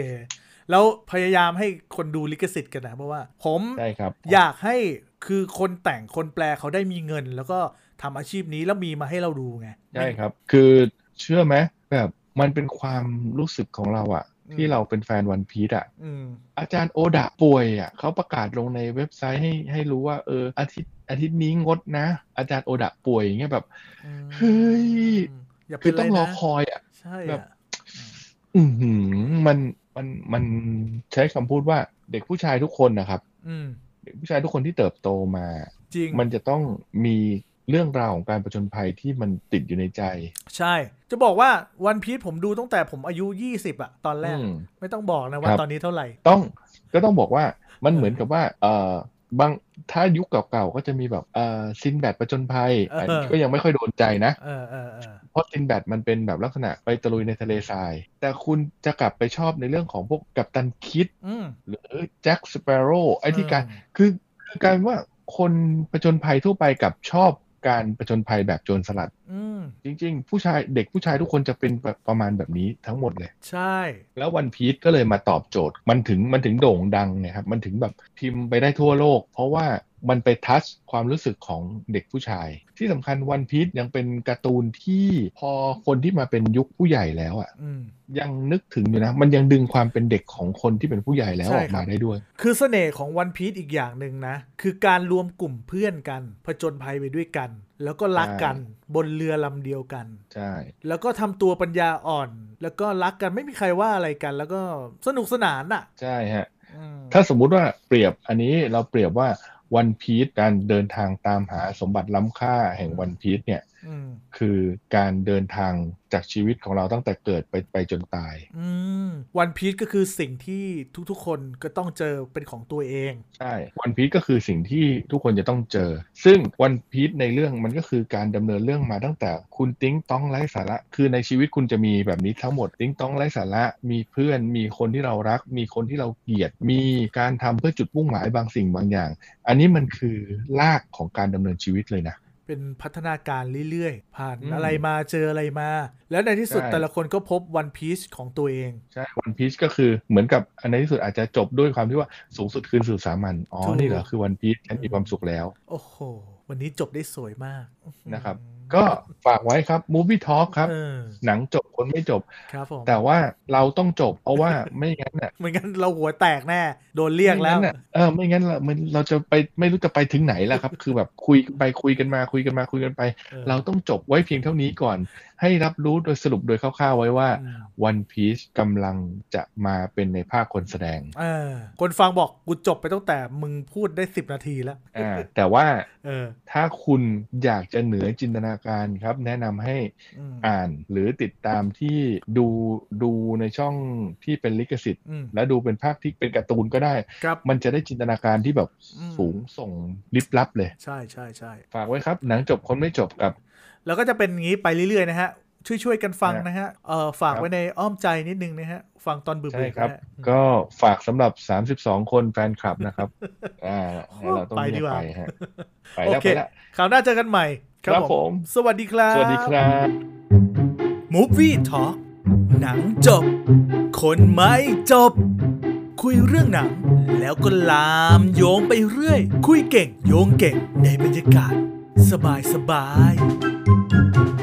แล้วพยายามให้คนดูลิขสิทธิ์กันนะเพราะว่า ผม
ใช่ครับ
อยากให้คือคนแต่งคนแปลเขาได้มีเงิน แล้วก็ทำอาชีพนี้แล้วมีมาให้เราดูไง
ใช่ครับ คือเชื่อไหมแบบมันเป็นความรู้สึกของเราอะ
อืม
ที่เราเป็นแฟนวันพี e อะ
อืม
อาจารย์โอดะป่วยอะเขาประกาศลงในเว็บไซต์ให้ให้รู้ว่าเอออาทิตย์อาทิตย์นี้งดนะ อาจารย์โอดะป่วยอย่างเงี้ยแบบ
อืม
เฮ้ย
อย่าเป็
คือน
ไร
ต้องรอ
นะ
คอยอะ
ใช่
แบบ
อะ
อือหือมันมันมันใช้คำพูดว่าเด็กผู้ชายทุกคนนะครับ
อืม
เด็กผู้ชายทุกคนที่เติบโตมา
จริง
มันจะต้องมีเรื่องราวของการประจนภัยที่มันติดอยู่ในใจ
ใช่ จะบอกว่าวันพี e ผมดูตั้งแต่ผมอายุ 20อะตอนแรก
อืม
ไม่ต้องบอกนะว่า
ครับ
ตอนนี้เท่าไหร่
ต้องก็ต้องบอกว่ามัน
เออ
เหมือนกับว่าเออบางถ้ายุคเก่าๆก็จะมีแบบเออซินแบดประจนภัยอันนี้ก็ยังไม่ค่อยโดนใจนะ
เออเออเออ
เพราะซินแบดมันเป็นแบบลักษณะไปตะลุยในทะเลทราย แต่คุณจะกลับไปชอบในเรื่องของพวกกัปตันคิด
อืม
หรือแจ็คสเปโร่ไอ้ที่การ
อืม
คือคือการว่าคนประจนภัยทั่วไปกับชอบการประจนภัยแบบโจรสลัด
อืม
จริง ๆ ผู้ชายเด็กผู้ชายทุกคนจะเป็นแบบประมาณแบบนี้ทั้งหมดเลย
ใช่
แล้ววันพี e ก็เลยมาตอบโจทย์ มันถึงมันถึงโด่งดังเนะครับ มันถึงแบบพิมพ์ไปได้ทั่วโลก เพราะว่ามันไปทัชความรู้สึกของเด็กผู้ชาย ที่สำคัญวันพี e ยังเป็นการ์ตูนที่พอคนที่มาเป็นยุคผู้ใหญ่แล้วอะ่ะ
อืม
ยังนึกถึงอยู่นะ มันยังดึงความเป็นเด็กของคนที่เป็นผู้ใหญ่แล้ว
ใช่
ออก
ครั
มา
บ
ได้ด้วย
คือเสน่ห์ของวันพี e อีกอย่างหนึ่งนะ คือการรวมกลุ่มเพื่อนกัน ผจญภัยไปด้วยกัน แล้วก็รักกันบนเรือลำเดียวกัน
ใช่
แล้วก็ทำตัวปัญญาอ่อน แล้วก็รักกันไม่มีใครว่าอะไรกัน แล้วก็สนุกสนานอ่ะ
ใช่ฮะ
อืม
ถ้าสมมุติว่าเปรียบอันนี้เราเปรียบว่าวันพีซการเดินทางตามหาสมบัติล้ำค่าแห่งวันพีซเนี่ย
อืม
คือการเดินทางจากชีวิตของเราตั้งแต่เกิดไปไปจนตาย
อืมวันพีชก็คือสิ่งที่ทุกๆ คนก็ต้องเจอเป็นของตัวเอง
ใช่วันพีซก็คือสิ่งที่ทุกคนจะต้องเจอ ซึ่งวันพีซในเรื่องมันก็คือการดำเนินเรื่องมาตั้งแต่คุณติ้งต้องไร้สาระ คือในชีวิตคุณจะมีแบบนี้ทั้งหมดติ้งต้องไร้สาระ มีเพื่อน มีคนที่เรารัก มีคนที่เราเกลียด มีการทำเพื่อจุดมุ่งหมายบางสิ่งบางอย่าง อันนี้มันคือรากของการดำเนินชีวิตเลยนะ
เป็นพัฒนาการเรื่อยๆ ผ่าน
อืม
อะไรมาเจออะไรมา แล้วในที่สุด
ใช่
แต่ละคนก็พบวันพีชของตัวเอง
ใช่ วันพีชก็คือเหมือนกับอันในที่สุดอาจจะจบด้วยความที่ว่าสูงสุดคือสู่สามัญ อ๋อ นี่เหรอ คือวันพีชฉันมีความสุขแล้ว
โอ้โห วันนี้จบได้สวยมาก
นะครับ ก็ฝากไว้ครับ Movie Talk ครับ
เออ
หนังจบคนไม่จบ
ครับผม
แต่ว่าเราต้องจบ เพราะว่าไม่งั้นน่ะ
เหมือนกันเราหัวแตกแน่ โดนเรียกแล้ว
ไม่งั้นน่ะเออไม่งั้นเรามันเราจะไปไม่รู้จะไปถึงไหนแล้วครับ คือแบบคุยไปคุยกันมาคุยกันมาคุยกันไป
เออ
เราต้องจบไว้เพียงเท่านี้ก่อน ให้รับรู้โดยสรุปโดยคร่าวๆไว้ว่า
อืม
One Piece กำลังจะมาเป็นในภาคคนแสดง
เออคนฟังบอกกูจบไปตั้งแต่มึงพูดได้สิบนาทีแล้ว
อ่าแต่ว่า
เออ
ถ้าคุณอยากจะเหนือจินตนาการครับ แนะนำให้
อืม
อ่านหรือติดตามที่ดูดูในช่องที่เป็นลิขสิทธิ์
อืม
และดูเป็นภาคที่เป็นการ์ตูนก็ได้
ครับ
มันจะได้จินตนาการที่แบบ
อืม
สูงส่งลิบลับเลย
ใช่ใช่ใช่
ฝากไว้ครับ หนังจบคนไม่จบกับ
แล้วก็จะเป็นอย่างนี้ไปเรื่อยๆนะฮะ ช่วยๆกันฟังนะฮะเอ่อฝาก
ครับ
ไว้ในอ้อมใจนิดนึงนะฮะ ฟังตอนเบื่อๆ
ใช่ครับ
นะฮะ
ก็ฝากสำหรับ 32 คนแฟนคลับนะครับ อ่าเราต้อง
ไปดี
เรีย
ก
ก
ว่า
ไปฮะไป
โอ
แล้ว
เค
ไปแล้ว
คราวหน้าเจอกันใหม่
ครับผม
สวัสดีครับ
สวัสดีครับ
Movie Talk หนังจบ คนไม่จบ คุยเรื่องหนัง แล้วก็ลามโยงไปเรื่อย คุยเก่ง โยงเก่งในบรรยากาศ สบายสบายๆ